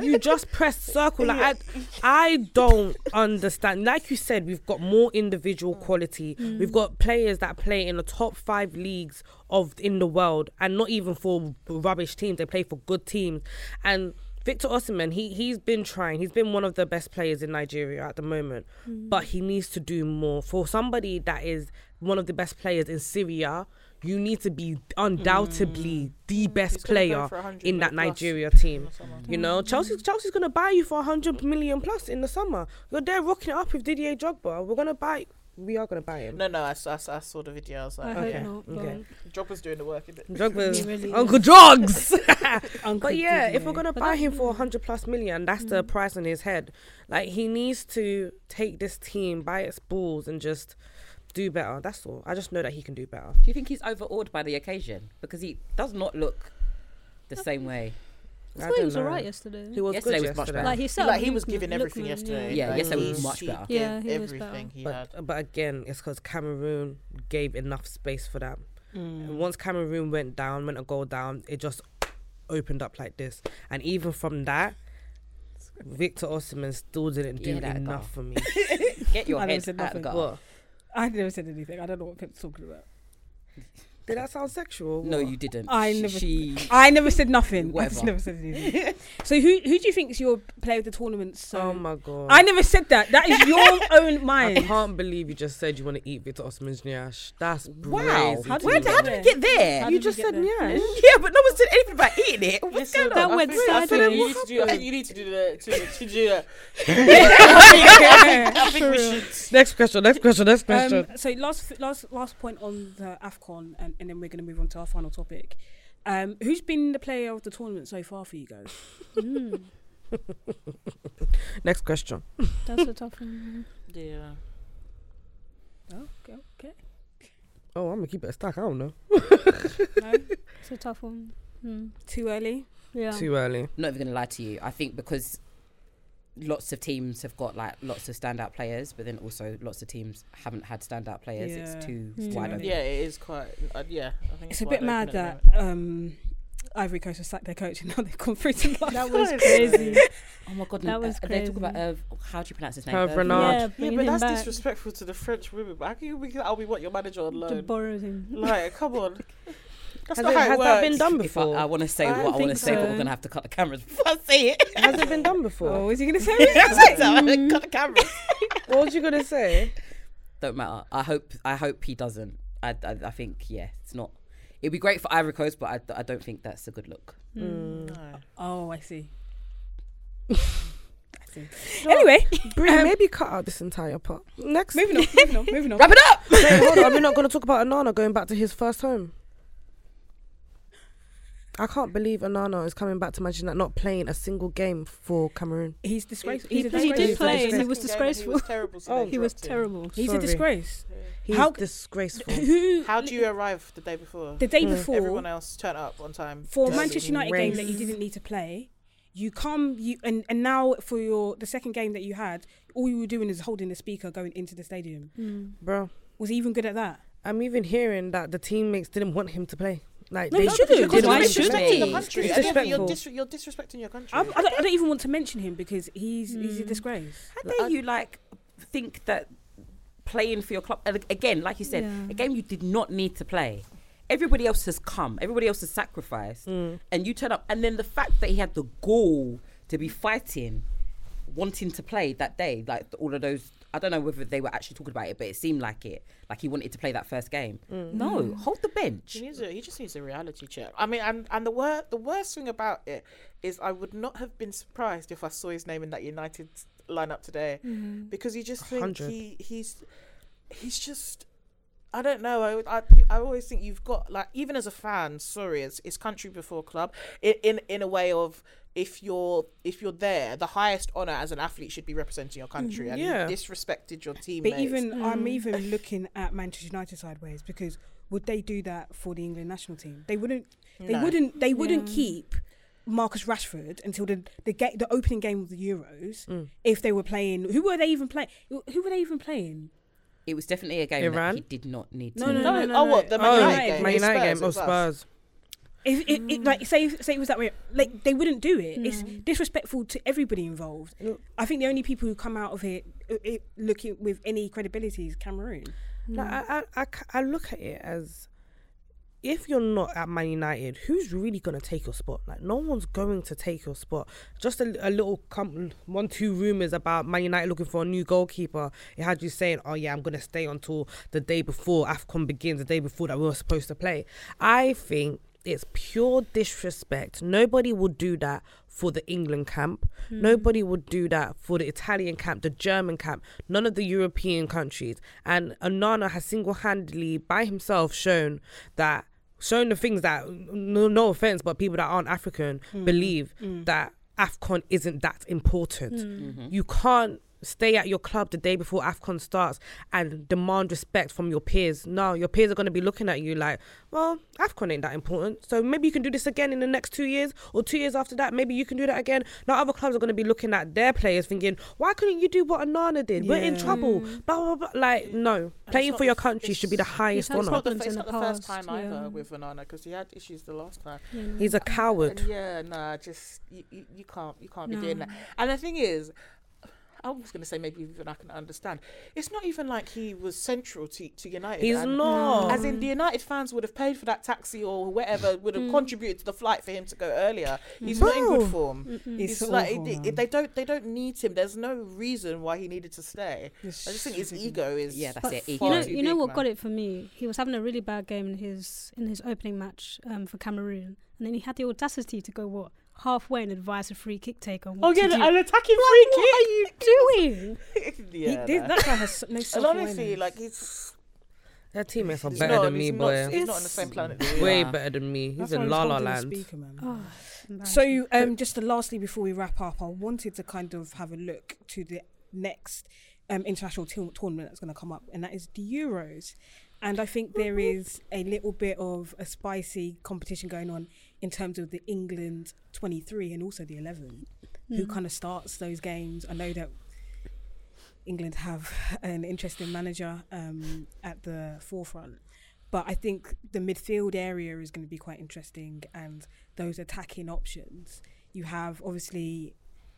is.
you just press circle. Like I, I don't understand. Like you said, we've got more individual quality.
Mm.
We've got players that play in the top five leagues of in the world, and not even for rubbish teams. They play for good teams, and. Victor Osimhen, he he's been trying. He's been one of the best players in Nigeria at the moment,
Mm.
but he needs to do more. For somebody that is one of the best players in Syria, you need to be
Mm.
undoubtedly the best
gonna play
player
for 100
in that
million plus. Mm.
Nigeria team. You know, Chelsea's Chelsea's gonna buy you for 100 million plus in the summer. You're there rocking it up with Didier Drogba. We're gonna buy. We are gonna buy him.
No, no, I, s- I s- I saw the video. I was like,
I hope
okay,
not, but-
okay. Drogba's doing the work. Isn't it?
Drogba's Uncle Drugs. but yeah, if we're gonna buy him
mm.
for 100 plus million, that's the price on his head. Like he needs to take this team by its balls and just do better. That's all. I just know that he can do better.
Do you think he's overawed by the occasion? Because he does not look the same way.
I thought he was alright
yesterday.
He was yesterday
good
was much
yesterday.
better.
Like, he
like he was giving everything yesterday.
Yeah,
like,
yesterday was
he-
much
he
better.
gave everything he
but,
had.
But again, it's because Cameroon gave enough space for that.
Mm.
And once Cameroon went down, went a goal down, it just opened up like this. And even from that, Victor Osimhen still didn't do
Yeah, that
enough for
goal.
me.
Get your
I never
head
said
out the
nothing.
gutter.
What?
I never said anything. I don't know what Pip's talking about.
Did that sound sexual? Oh
No, you didn't.
I
She-
never.
She,
I never said nothing. I just
Whatever.
never said anything. so who who do you think's your player of the tournament? So oh
my god.
I never said that. That is your own
I
mind.
can't believe you just said you want to eat Victor Osimhen's nyash. That's
Wow.
brazy
How
to
did,
me.
how did we get there?
You just said nyash.
Yeah, but no one said anything about eating it. What's going on?
I think- I think you need to do- I think you need to do that. To, to do that. I think- I think we should.
Next question, next question, next question.
Um, so last last last point on the Afcon, and, and then we're going to move on to our final topic. Um, who's been the player of the tournament so far for you guys?
next question.
That's a tough one.
Yeah.
Okay, okay.
Oh, I'm gonna keep it a stack. I don't know.
No,
it's a tough one. Hmm.
Too early.
Yeah.
Too early.
Not even gonna lie to you. I think because lots of teams have got like lots of standout players, but then also lots of teams haven't had standout players. It's
Yeah.
too
It's too
wide
early.
open.
Yeah, it is quite. Uh, yeah, I think it's,
It's a
wide
bit
open
mad
at the
that um, Ivory Coast has sacked their coach and now they've gone through to last
That was
time.
crazy.
Oh my god,
That
that
was
was They talk about
crazy.
uh, how do you pronounce his name?
Herve
Herve
Renard.
Renard.
Yeah,
Yeah,
bring
but
him
that's
back.
disrespectful to the French women. How can you be? Oh, we want your manager on
To
loan.
borrow him.
Like, come on. That's
Has
not
it-
how it
has that been
works.
done
If I,
before?
I want to say
I
what I
don't
want to
think
say, but
so.
we're gonna have to cut the cameras before I say it.
Has it been done before?
Oh, is he going to say?
Mm.
That's how I'm gonna cut the cameras.
What was you gonna say?
Don't matter. I hope. I hope he doesn't. I. I, I think. Yeah. It's not. It'd be great for Ivory Coast, but I, I don't think that's a good look.
Mm.
Oh, I see. I see.
Anyway, Brie, maybe cut out this entire part. Next,
Moving on, moving on, moving on.
Wrap it up.
Wait, hold on. Are we not going to talk about Anana going back to his first home? I can't believe Anana is coming back to Manchester United, not playing a single game for Cameroon.
He's disgraceful.
He
He's a
played- he did
disgrace.
play and he
Second
was
game and
disgraceful.
He was terrible. So
Oh.
they
He was
dropped him.
terrible.
He's a
Sorry.
disgrace.
He's
How-
disgraceful.
Who?
How do you arrive the day before?
The day
Hmm.
before-
everyone else turn up on time
for a
Does-
Manchester United game that you
Disgrace.
didn't need to play. You come, you and, and now for your the second game that you had, all you were doing is holding the speaker going into the stadium.
Bro,
Was he even good at that?
I'm even hearing that the teammates didn't want him to play. Like
No,
they
he shouldn't,
didn't
because
want
why
him to
should
play.
Disrespecting the
he?
country. I don't
It's
think
disrespectful.
You're, dis- you're disrespecting your country.
I, I, don't, I don't even want to mention him because he's he's a
Hmm.
disgrace.
How dare you like think that playing for your club and again, like you said,
Yeah.
a game you did not need to play. Everybody else has come. Everybody else has sacrificed,
Mm.
and you turn up. And then the fact that he had the gall to be fighting, wanting to play that day, like all of those. I don't know whether they were actually talking about it, but it seemed like it. Like he wanted to play that first game.
Mm.
No, hold the bench.
He, needs a, he just needs a reality check. I mean, and and the wor- the worst thing about it is I would not have been surprised if I saw his name in that United lineup today,
Mm-hmm.
because you just think
100.
he he's he's just. I don't know. I, would- I I always think you've got like even as a fan. Sorry, it's, it's country before club. In in in a way of if you're if you're there, the highest honor as an athlete should be representing your country, and
Yeah.
you disrespected your teammates.
But even
Mm.
I'm even looking at Manchester United sideways because would they do that for the England national team? They wouldn't. They
No.
wouldn't. They wouldn't
Yeah.
keep Marcus Rashford until the the, ga- the opening game of the Euros. If they were playing, who were they even playing? Who were they even playing?
It was definitely a game
Iran?
that he did not need
No,
to.
no, no,
Oh,
no, no.
Man United game. Man United game, oh, Spurs.
If it,
Mm.
it, like say say it was that way, like they wouldn't do it. It's disrespectful to everybody involved. I think the only people who come out of it, uh, it looking with any credibility is Cameroon.
No, I, I, I, ca- I look at it as if you're not at Man United, who's really going to take your spot? Like, no one's going to take your spot. Just a, a little com- one, two rumours about Man United looking for a new goalkeeper. It had you saying, oh, yeah, I'm going to stay until the day before AFCON begins, the day before that we were supposed to play. I think it's pure disrespect. Nobody will do that for the England camp.
Mm.
Nobody would do that for the Italian camp, the German camp, none of the European countries. And Anana has single handedly by himself shown that, shown the things that, no, no offense, but people that aren't African
Mm.
believe
Mm.
that AFCON isn't that important.
Mm. Mhm.
You can't stay at your club the day before AFCON starts and demand respect from your peers. No, your peers are going to be looking at you like, well, AFCON ain't that important. So maybe you can do this again in the next two years or two years after that. Maybe you can do that again. Now, other clubs are going to be looking at their players thinking, why couldn't you do what Anana did? We're in
Yeah.
trouble. Blah, blah, blah. Like, no. Playing
not
for
the
your
f-
country should be the highest
It's
honour.
not the, it's not the first time
past, yeah.
either with Onana because he had issues the last time.
Yeah. He's a coward.
And yeah, nah, just you, you, you can't you can't be doing that.
No.
And the thing is, I was going to say maybe even I can understand. It's not even like he was central to, to United.
He's
and-
not.
As in the United fans would have paid for that taxi or whatever would have
Mm.
contributed to the flight for him to go earlier. He's not in
Bro.
good form.
Mm-mm.
He's
It's
like
awful,
it- it- they don't they don't need him. There's no reason why he needed to stay. I just think his ego is
But You know, you know what got it for me? He was having a really bad game in his in his opening match um, for Cameroon, and then he had the audacity to go what halfway and advise a free kick take on.
Oh,
what
yeah,
to do.
an attacking
Like,
free
What are you doing?
Yeah,
did-
nah.
that guy has
And
no
honestly,
self-awareness.
like he's
Their teammates are
He's
better
not-
than me,
he's not-
boy.
he's not on the same planet that we
Way
are.
better than me. He's
That's
in
why I
La
was
La
holding the
Land.
speaker, man.
Oh,
so, um, just the lastly before we wrap up, I wanted to kind of have a look to the next um, international tour- tournament that's going to come up, and that is the Euros. And I think there is a little bit of a spicy competition going on in terms of the England 23 and also the 11, who
Mm.
kind of starts those games. I know that England have an interesting manager um, at the forefront. But I think the midfield area is going to be quite interesting and those attacking options. You have obviously,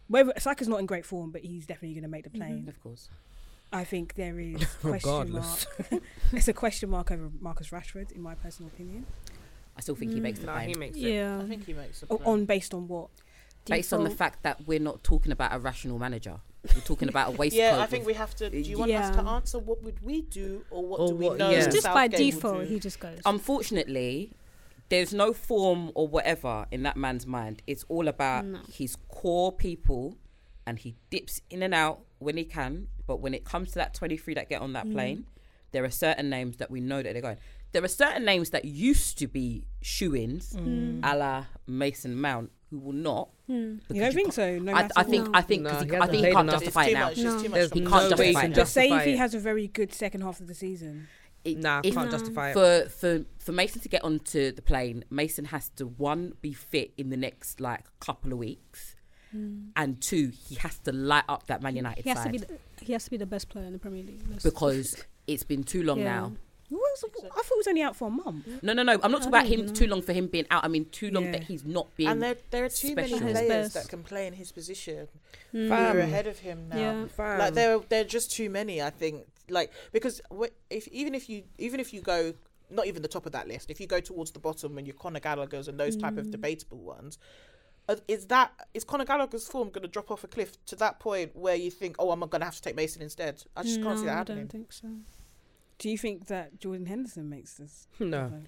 whether Saka's not in great form, but he's definitely going to make the plane.
Of course.
I think there is
Oh,
question
Regardless.
mark. it's a question mark over Marcus Rashford, in my personal opinion.
I still think he makes the
Nah,
plane.
he makes
Yeah.
I think he makes the
O-
plane.
On based on what?
Based on the
Default-
fact that we're not talking about a rational manager, we're talking about a waistcoat.
Yeah, I think we
with-
have to. Do you want us to answer what would we do or what
Oh,
Or
do we
what-
know?
yeah. It's just
Southgate
by
will
default,
do?
he just goes.
Unfortunately, there's no form or whatever in that man's mind. It's all about
No.
his core people, and he dips in and out when he can. But when it comes to that 23 that get on that
Mm.
plane, there are certain names that we know that they're going. There are certain names that used to be shoe ins,
Mm.
a la Mason Mount, who will not.
Mm.
because
You don't
you
think so? No
I,
matter
I think
what?
I think 'cause
No,
he,
he
I think he
hasn't
can't
played
justify it now.
enough. It's too much, it's too
He
much for me.
can't justify
No way
it
you can
now.
Just say if
justify
he
it.
has a very good second half of the season.
Nah, I
If-
can't justify it.
for for for Mason to get onto the plane. Mason has to one be fit in the next like couple of weeks,
Mm.
and two he has to light up that Man United
he has to
side
be the, he has to be the best player in the Premier League. That's-
because it's been too long
Yeah.
now.
What was- I thought it was only out for a month.
No, no, no. I'm not talking
I
about him
don't know.
too long for him being out. I mean too long
Yeah.
that he's not being.
And there, there are too
special.
many players that can play in his position.
Mm.
Hmm.
who are
Fam.
ahead of him now.
Yeah.
Like
Fam.
there, are- there are just too many. I think. Like because wh- if even if you even if you go not even the top of that list, if you go towards the bottom and your Conor Gallagher's and those type of
Mm.
debatable ones. uh, Is that is Conor Gallagher's form going to drop off a cliff to that point where you think, oh, I'm going to have to take Mason instead? I just can't see
No,
that
I
happening.
don't think so. Do you think that Jordan Henderson makes this?
No.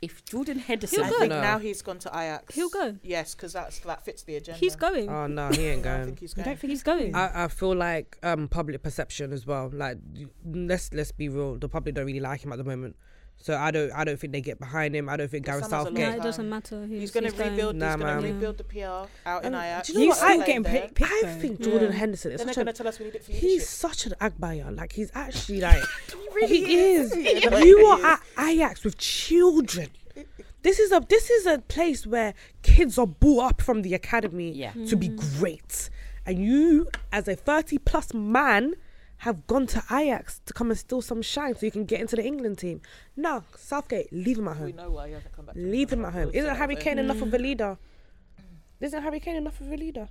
If Jordan Henderson,
I think now he's gone to Ajax.
He'll go.
Yes, because that's that fits the agenda. Uh,
He's going.
Oh no, he ain't going. I
think he's
You
going.
don't think he's going?
I, feel like um public perception as well. Like y- let's let's be real, the public don't really like him at the moment. So I don't I don't think they get behind him. I don't think Gareth
Summer's a long
Southgate.
Nah, it doesn't matter.
He's, going to rebuild.
Nah,
he's going
man.
to rebuild the PR out in
And
Ajax.
Oh, do you know
He's
what? I-
staying there.
I think Jordan Henderson is
Then they're
such
going to
a,
tell us we need it for
he's
leadership.
such an Agbayan. Like he's actually like
really
he
is.
is.
Yeah,
you
he
are
is.
at Ajax with children. This is a this is a place where kids are brought up from the academy to be great, and you as a thirty plus man have gone to Ajax to come and steal some shine so you can get into the England team. No, Southgate, leave him at home.
We know why he hasn't come back. to
Leave him
England.
at home.
We'll
Isn't
say
Harry
that
Kane
then.
enough of a leader? Isn't Harry Kane enough of a leader?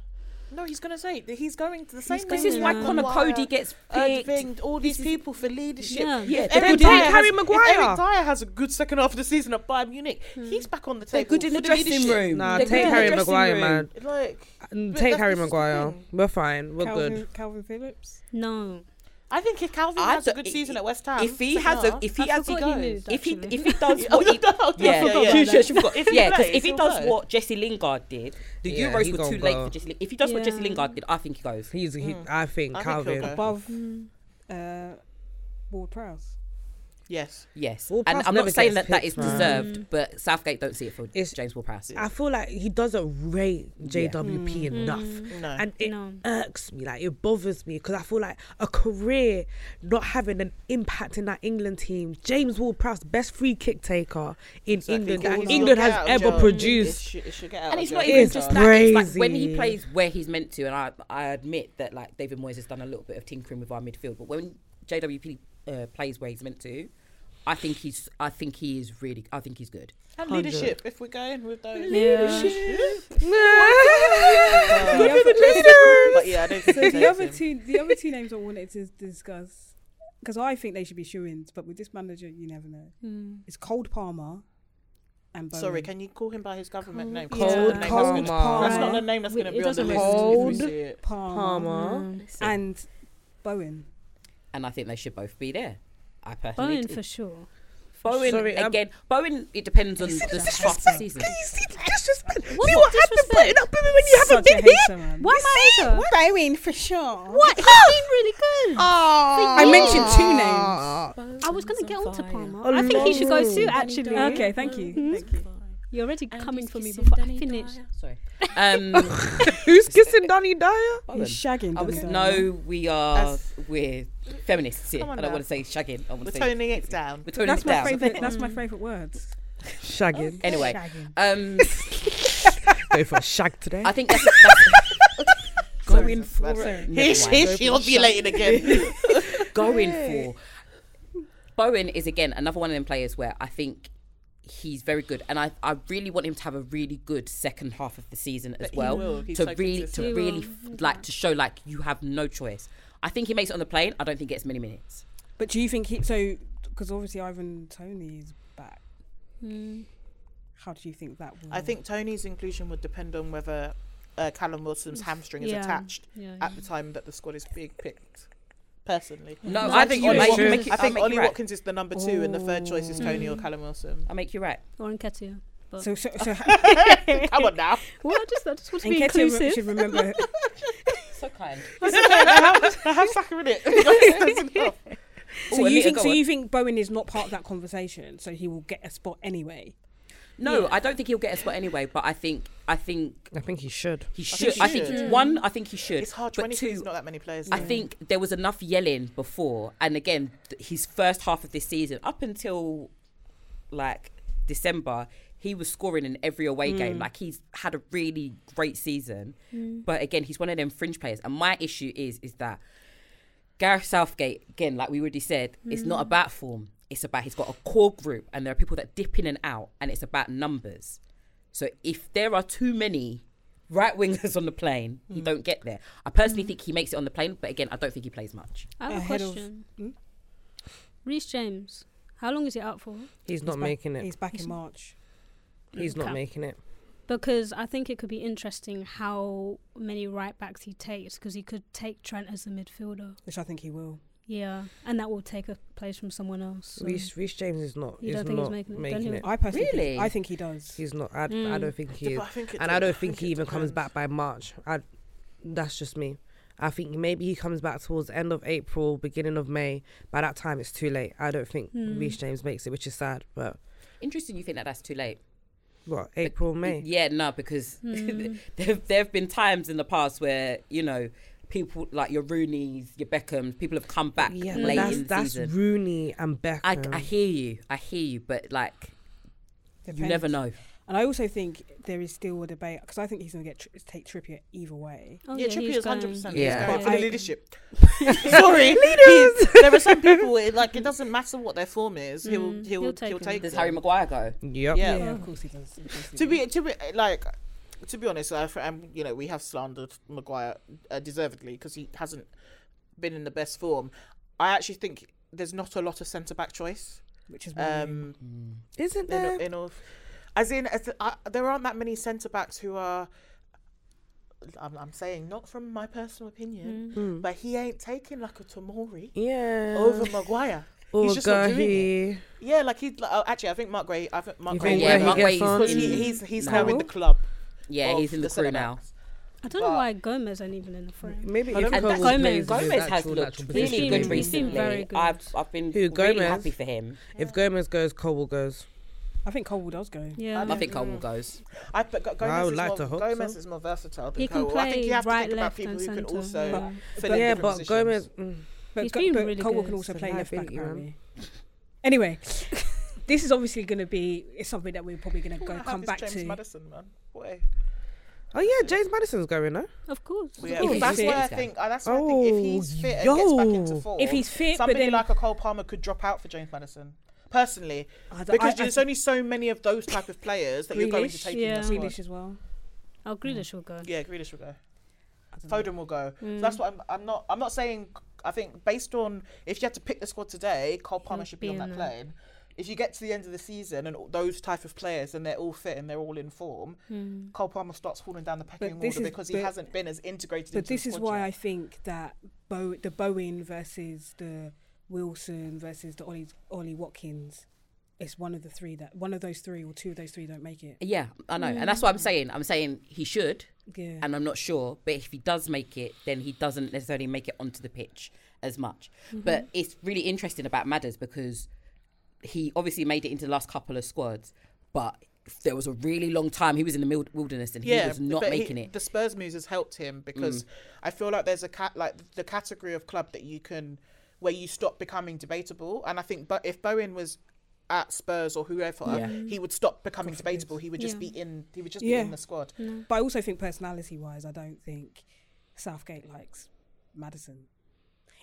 No, he's going to say that he's going to the same.
This is why Connor Cody gets picked.
Vinged, all these people for leadership.
Yeah.
If
Yeah,
Eric
they're good
Dyer
in-
has-
Harry
if
Maguire.
Eric Dyer has a good second half of the season at Bayern Munich. He's back on the
Hmm. They're
table.
good in
for
the dressing
leadership.
room.
Nah,
They're
take
good in
Harry
the dressing
Maguire,
room.
man.
Like,
Mm,
but
Take
that's
Harry
just the
Maguire.
thing.
We're fine. We're
Calvin,
good.
Calvin Phillips.
No.
I think if Calvin
I
has a
don't-
good
i-
season
i-
at West Ham,
if he
second
has a,
half,
if he
I
has,
forgot
he moved,
if he
actually.
if he does
Oh,
what, he,
no, no, I
yeah,
forgot
yeah,
about
she-
that.
she forgot.
If he
yeah, because
plays,
if he
he'll
does
go.
what Jesse Lingard did, the
Yeah,
Euros
he
were
gonna
too late
go.
for Jesse. Lingard. If he does what Jesse
Yeah.
Lingard did, I think he goes.
He's. He, Mm. I think
I think he'll
Calvin.
go.
Above uh, Ward Prowse.
Yes.
Yes,
Well,
and
Prowse
I'm not
never
saying that
gets
that is
picked,
deserved, but Southgate don't see it for
It's-
James Ward-Prowse.
I feel like he doesn't rate JWP enough,
No.
and it
No.
irks me. Like it bothers me because I feel like a career not having an impact in that England team. James Ward-Prowse, best free kick taker in England that
It should
England
get
has
out of
ever
jail. It
produced.
should, it should get out
And
of
it's not
jail.
even
It's
just that. It's like when
crazy.
he plays where he's meant to, and I, I admit that like David Moyes has done a little bit of tinkering with our midfield, but when JWP uh, plays where he's meant to, I think he's, I think he is really, I think he's good.
And leadership, if we're going with those. But yeah, I don't think
So
he
the
takes
other
him.
two, the other two names I wanted to discuss, because I think they should be shoo-ins, but with this manager, you never know. It's Cold Palmer and Bowen.
Sorry, can you call him by his government name? 'Cause
Cold
that's not the name that's gonna-
Palmer.
That's not the name that's
We-
going to
it
be on the
doesn't
list.
make
if we
sense.
see it.
Palmer,
Palmer.
and Bowen.
And I think they should both be there. I personally
Bowen
do.
for sure.
Bowen
Sorry, um,
again. Bowen. It depends on the start of the season.
Can you see the disrespect?
What's
See
not
what happened
disrespect?
putting up with me when you haven't
Such a
been here?
hater, man.
What am I?
Bowen for sure.
What? He's been really good.
I mentioned two names.
I was going to get onto Palmer. I think he should go too, actually. Mm-hmm.
Okay, thank you. Thank you.
You're already coming for me before I finish.
Sorry. Um,
Who's kissing Donny Dyer?
Bowen.
shagging
I was,
Dundee.
no, we are
As-
we're feminists here.
Come on
I don't
now.
want to say shagging. I want
We're
to say
toning it down.
We're toning
That's
it
my
down.
favorite. That's my favorite words.
Shagging.
Anyway, um,
Go for a shag today.
I think that's, that's going for
That's
it.
He's
Never mind.
she ovulating again.
going for. Bowen is again another one of them players where I think he's very good, and I, I really want him to have a really good second half of the season as
But he
well
will. He's
to
so
really
consistent.
to really f- like to show like you have no choice. I think he makes it on the plane. I don't think he gets many minutes.
But do you think he? So, because obviously Ivan Tony is back.
Mm.
How do you think that will?
I think Tony's inclusion would depend on whether uh, Callum Wilson's hamstring is
Yeah.
attached
Yeah,
at the time that the squad is being picked. Personally,
No,
I
I
think
think
Ollie
you
Watkins,
make it-
I
I'll
think
make you
Ollie
right.
Watkins is the number two, and the third choice is Tony or Callum Wilson.
I make you right.
Mm. Or Enketia. But
so. So, so
Come on now.
well, I just, I just want to be
Enketia re-
inclusive.
should remember.
So kind.
Have soccer in it.
So
Ooh,
you
Anita,
think?
go
So
on.
you think Bowen is not part of that conversation? So he will get a spot anyway.
No,
Yeah.
I don't think he'll get a spot anyway. But I think I think
I think he should.
he
think
should.
he
I think,
should.
one. I think he should.
It's hard.
But
Twenty two
two.
is not that many players.
I
though.
think there was enough yelling before, and again, th- his first half of this season, up until like December, he was scoring in every away game. Like he's had a really great season, but again, he's one of them fringe players. And my issue is, is that Gareth Southgate, again, like we already said, it's not about form. It's about he's got a core group, and there are people that dip in and out, and it's about numbers. So if there are too many right wingers on the plane, he don't get there. I personally think he makes it on the plane, but again, I don't think he plays much.
I have a
Ahead of- Hmm?
question. Reece James, how long is he out for?
He's not
back-
making it.
He's back in March.
He's not
Okay.
making it.
Because I think it could be interesting how many right backs he takes, because he could take Trent as a midfielder.
Which I think he will.
Yeah, and that will take a place from someone else. so-
Reece, Reece James is not.
You
is
don't think he's
not
making it,
making,
don't you? Mm.
it.
I personally, think-
Really?
I think he does.
He's not. I, I don't think he
Yeah,
is.
but I think it
and I
de- I
don't think
think
he
it
even comes
depends.
back by March. I, that's just me.
I think maybe he comes back towards the end of April, beginning of May. By that time, it's too late. I don't think
Hmm.
Reece James makes it, which is sad. But
Interesting. You think that that's too late?
what April, May?
Yeah, no, because
Hmm.
there there have been times in the past where you know people like your Rooney's, your Beckhams, people have come back
Yeah, but
late
that's,
in the
that's
season.
Rooney and Beckham.
I, I hear you, I hear you, but like you never know.
Depends. And I also think there is still a debate because I think he's going to get tri- take Trippier either way.
Oh, Yeah, yeah, Trippier he's is 100%
going. Yeah.
But
For the
I-
leadership. Sorry, He- there are some people it- like it doesn't matter what their form is. He'll he'll
Mm, he'll
he'll
take
take.
him. Does Harry Maguire go?
Yep.
Yeah.
Yeah, of course he does. Of course he
To be to be like. To be honest, I, um, you know, we have slandered Maguire uh, deservedly because he hasn't been in the best form. I actually think there's not a lot of centre back choice,
which is
um,
isn't
in,
there?
in all, as in as I, there aren't that many centre backs who are. I'm, I'm saying not from my personal opinion,
Mm.
but he ain't taking like a Tamori
yeah.
over Maguire.
Or
he's just not doing
Gahi.
it. Yeah, like he. Like, oh, actually, I think Mark Gray. I think Mark
You
Gray.
think Yeah, Gray Mark
gets Gray is on?
because
in
he, he's he's
now.
now in the club.
Yeah,
of
he's in the, crew
centre
now.
backs.
I don't know why Gomez ain't even in the
Mm.
frame.
Maybe
And that's-
Gomez.
Gomez has looked really good
He's been very
recently.
good.
I've I've been
Who
really
Gomez?
happy for him.
If Gomez goes, Cole goes.
I think Cole does go.
Yeah.
Um,
I think Cole goes.
I, but Go- Gomez,
I would
is,
like
more,
to hope
Gomez
so.
is more versatile than
He can
Cole. I think
play
you have
right,
to think
left
about people
and
who can
centre.
also
But-
fill
but-
in
yeah,
different
but
positions.
Gomez. mm.
But,
He's
Go-
been
but
really
Colwell
good.
can also
It's a
play left back.
liability, man.
apparently. Anyway, this is obviously going to be it's something that we're probably going to
Ooh, I
go
have
come
this
back
James
to.
Madison, man. Boy.
Oh yeah, James Madison's going, no?
Of course.
Yeah, because
course.
Oh, that's
If he's
why I
fit.
think. uh, That's why I
Oh,
Oh,
think if he's fit and gets back into form,
If he's fit, but
somebody
then-
like a Cole Palmer could drop out for James Madison. Personally,
I d-
because
I- I
there's only so many of those type of players that you're going to
Grealish,
take
yeah.
in your
Grealish
squad.
as well.
Oh, Grealish will go.
Yeah, Grealish will go.
don't
Foden will go. So that's what I'm. I'm not. I'm not saying. I think based on if you had to pick the squad today, Cole Palmer
He'll
should be,
be
on
in
that
there.
plane. If you get to the end of the season and all those type of players and they're all fit and they're all in form,
Mm.
Cole Palmer starts falling down the pecking order
this is-
because he
but-
hasn't been as integrated.
But
into the
this is
squad
why
yet.
I think that Bo- the Bowen versus the Wilson versus the Ollie, Ollie Watkins, it's one of the three that one of those three or two of those three don't make it.
Yeah, I know, and that's
Mm.
what I'm saying. I'm saying he should,
Yeah.
and I'm not sure. But if he does make it, then he doesn't necessarily make it onto the pitch as much.
Mm-hmm.
But it's really interesting about Madders because he obviously made it into the last couple of squads, but there was a really long time he was in the mil- wilderness and he was not
but he-
making it.
The Spurs moves has helped him
Mm.
because I feel like there's a cat like the category of club that you can where you stop becoming debatable, and I think but if Bowen was at Spurs or whoever,
Yeah.
he would stop becoming debatable. He would just
Yeah.
be in. He would just be
Yeah.
in the squad.
But I also think personality wise, I don't think Southgate likes Madison.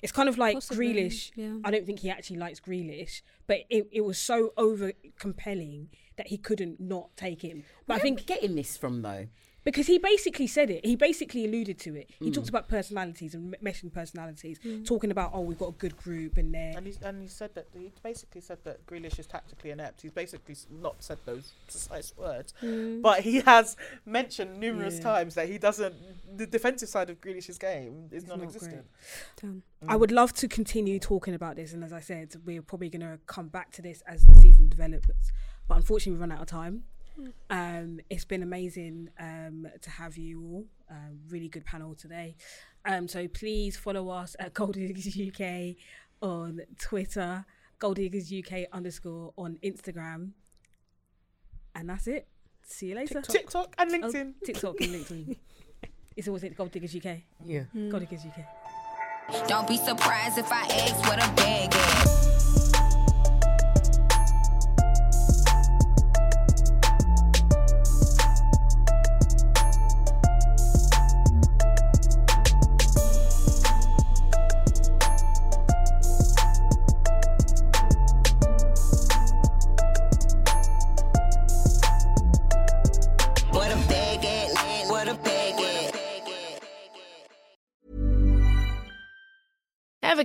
It's kind of like
Possibly,
Grealish.
yeah.
I don't think he actually likes Grealish, but it, it was so over compelling that he couldn't not take him. But
Where
I
I
think
think getting this from though.
because he basically said it. He basically alluded to it.
Hmm.
He talked about personalities and m- meshing personalities, talking about oh we've got a good group and there.
And he and he said that he basically said that Grealish is tactically inept. He's basically s- not said those precise words, but he has mentioned numerous
Yeah.
times that he doesn't. The defensive side of Grealish's game is
not
non-existent.
Damn.
Mm.
I would love to continue talking about this, and as I said, we're probably going to come back to this as the season develops. But unfortunately, we've run out of time. Um, it's been amazing um, to have you all. Um, really good panel today. Um, so please follow us at Gold Diggers UK on Twitter, Gold Diggers UK underscore on Instagram, and that's it. See you later.
TikTok and
Oh,
LinkedIn.
TikTok and LinkedIn. it's always at Gold Diggers UK.
Yeah.
Gold Diggers UK.
Don't be surprised if I ask what a bag is. What a bag is. What a bag is.
Ever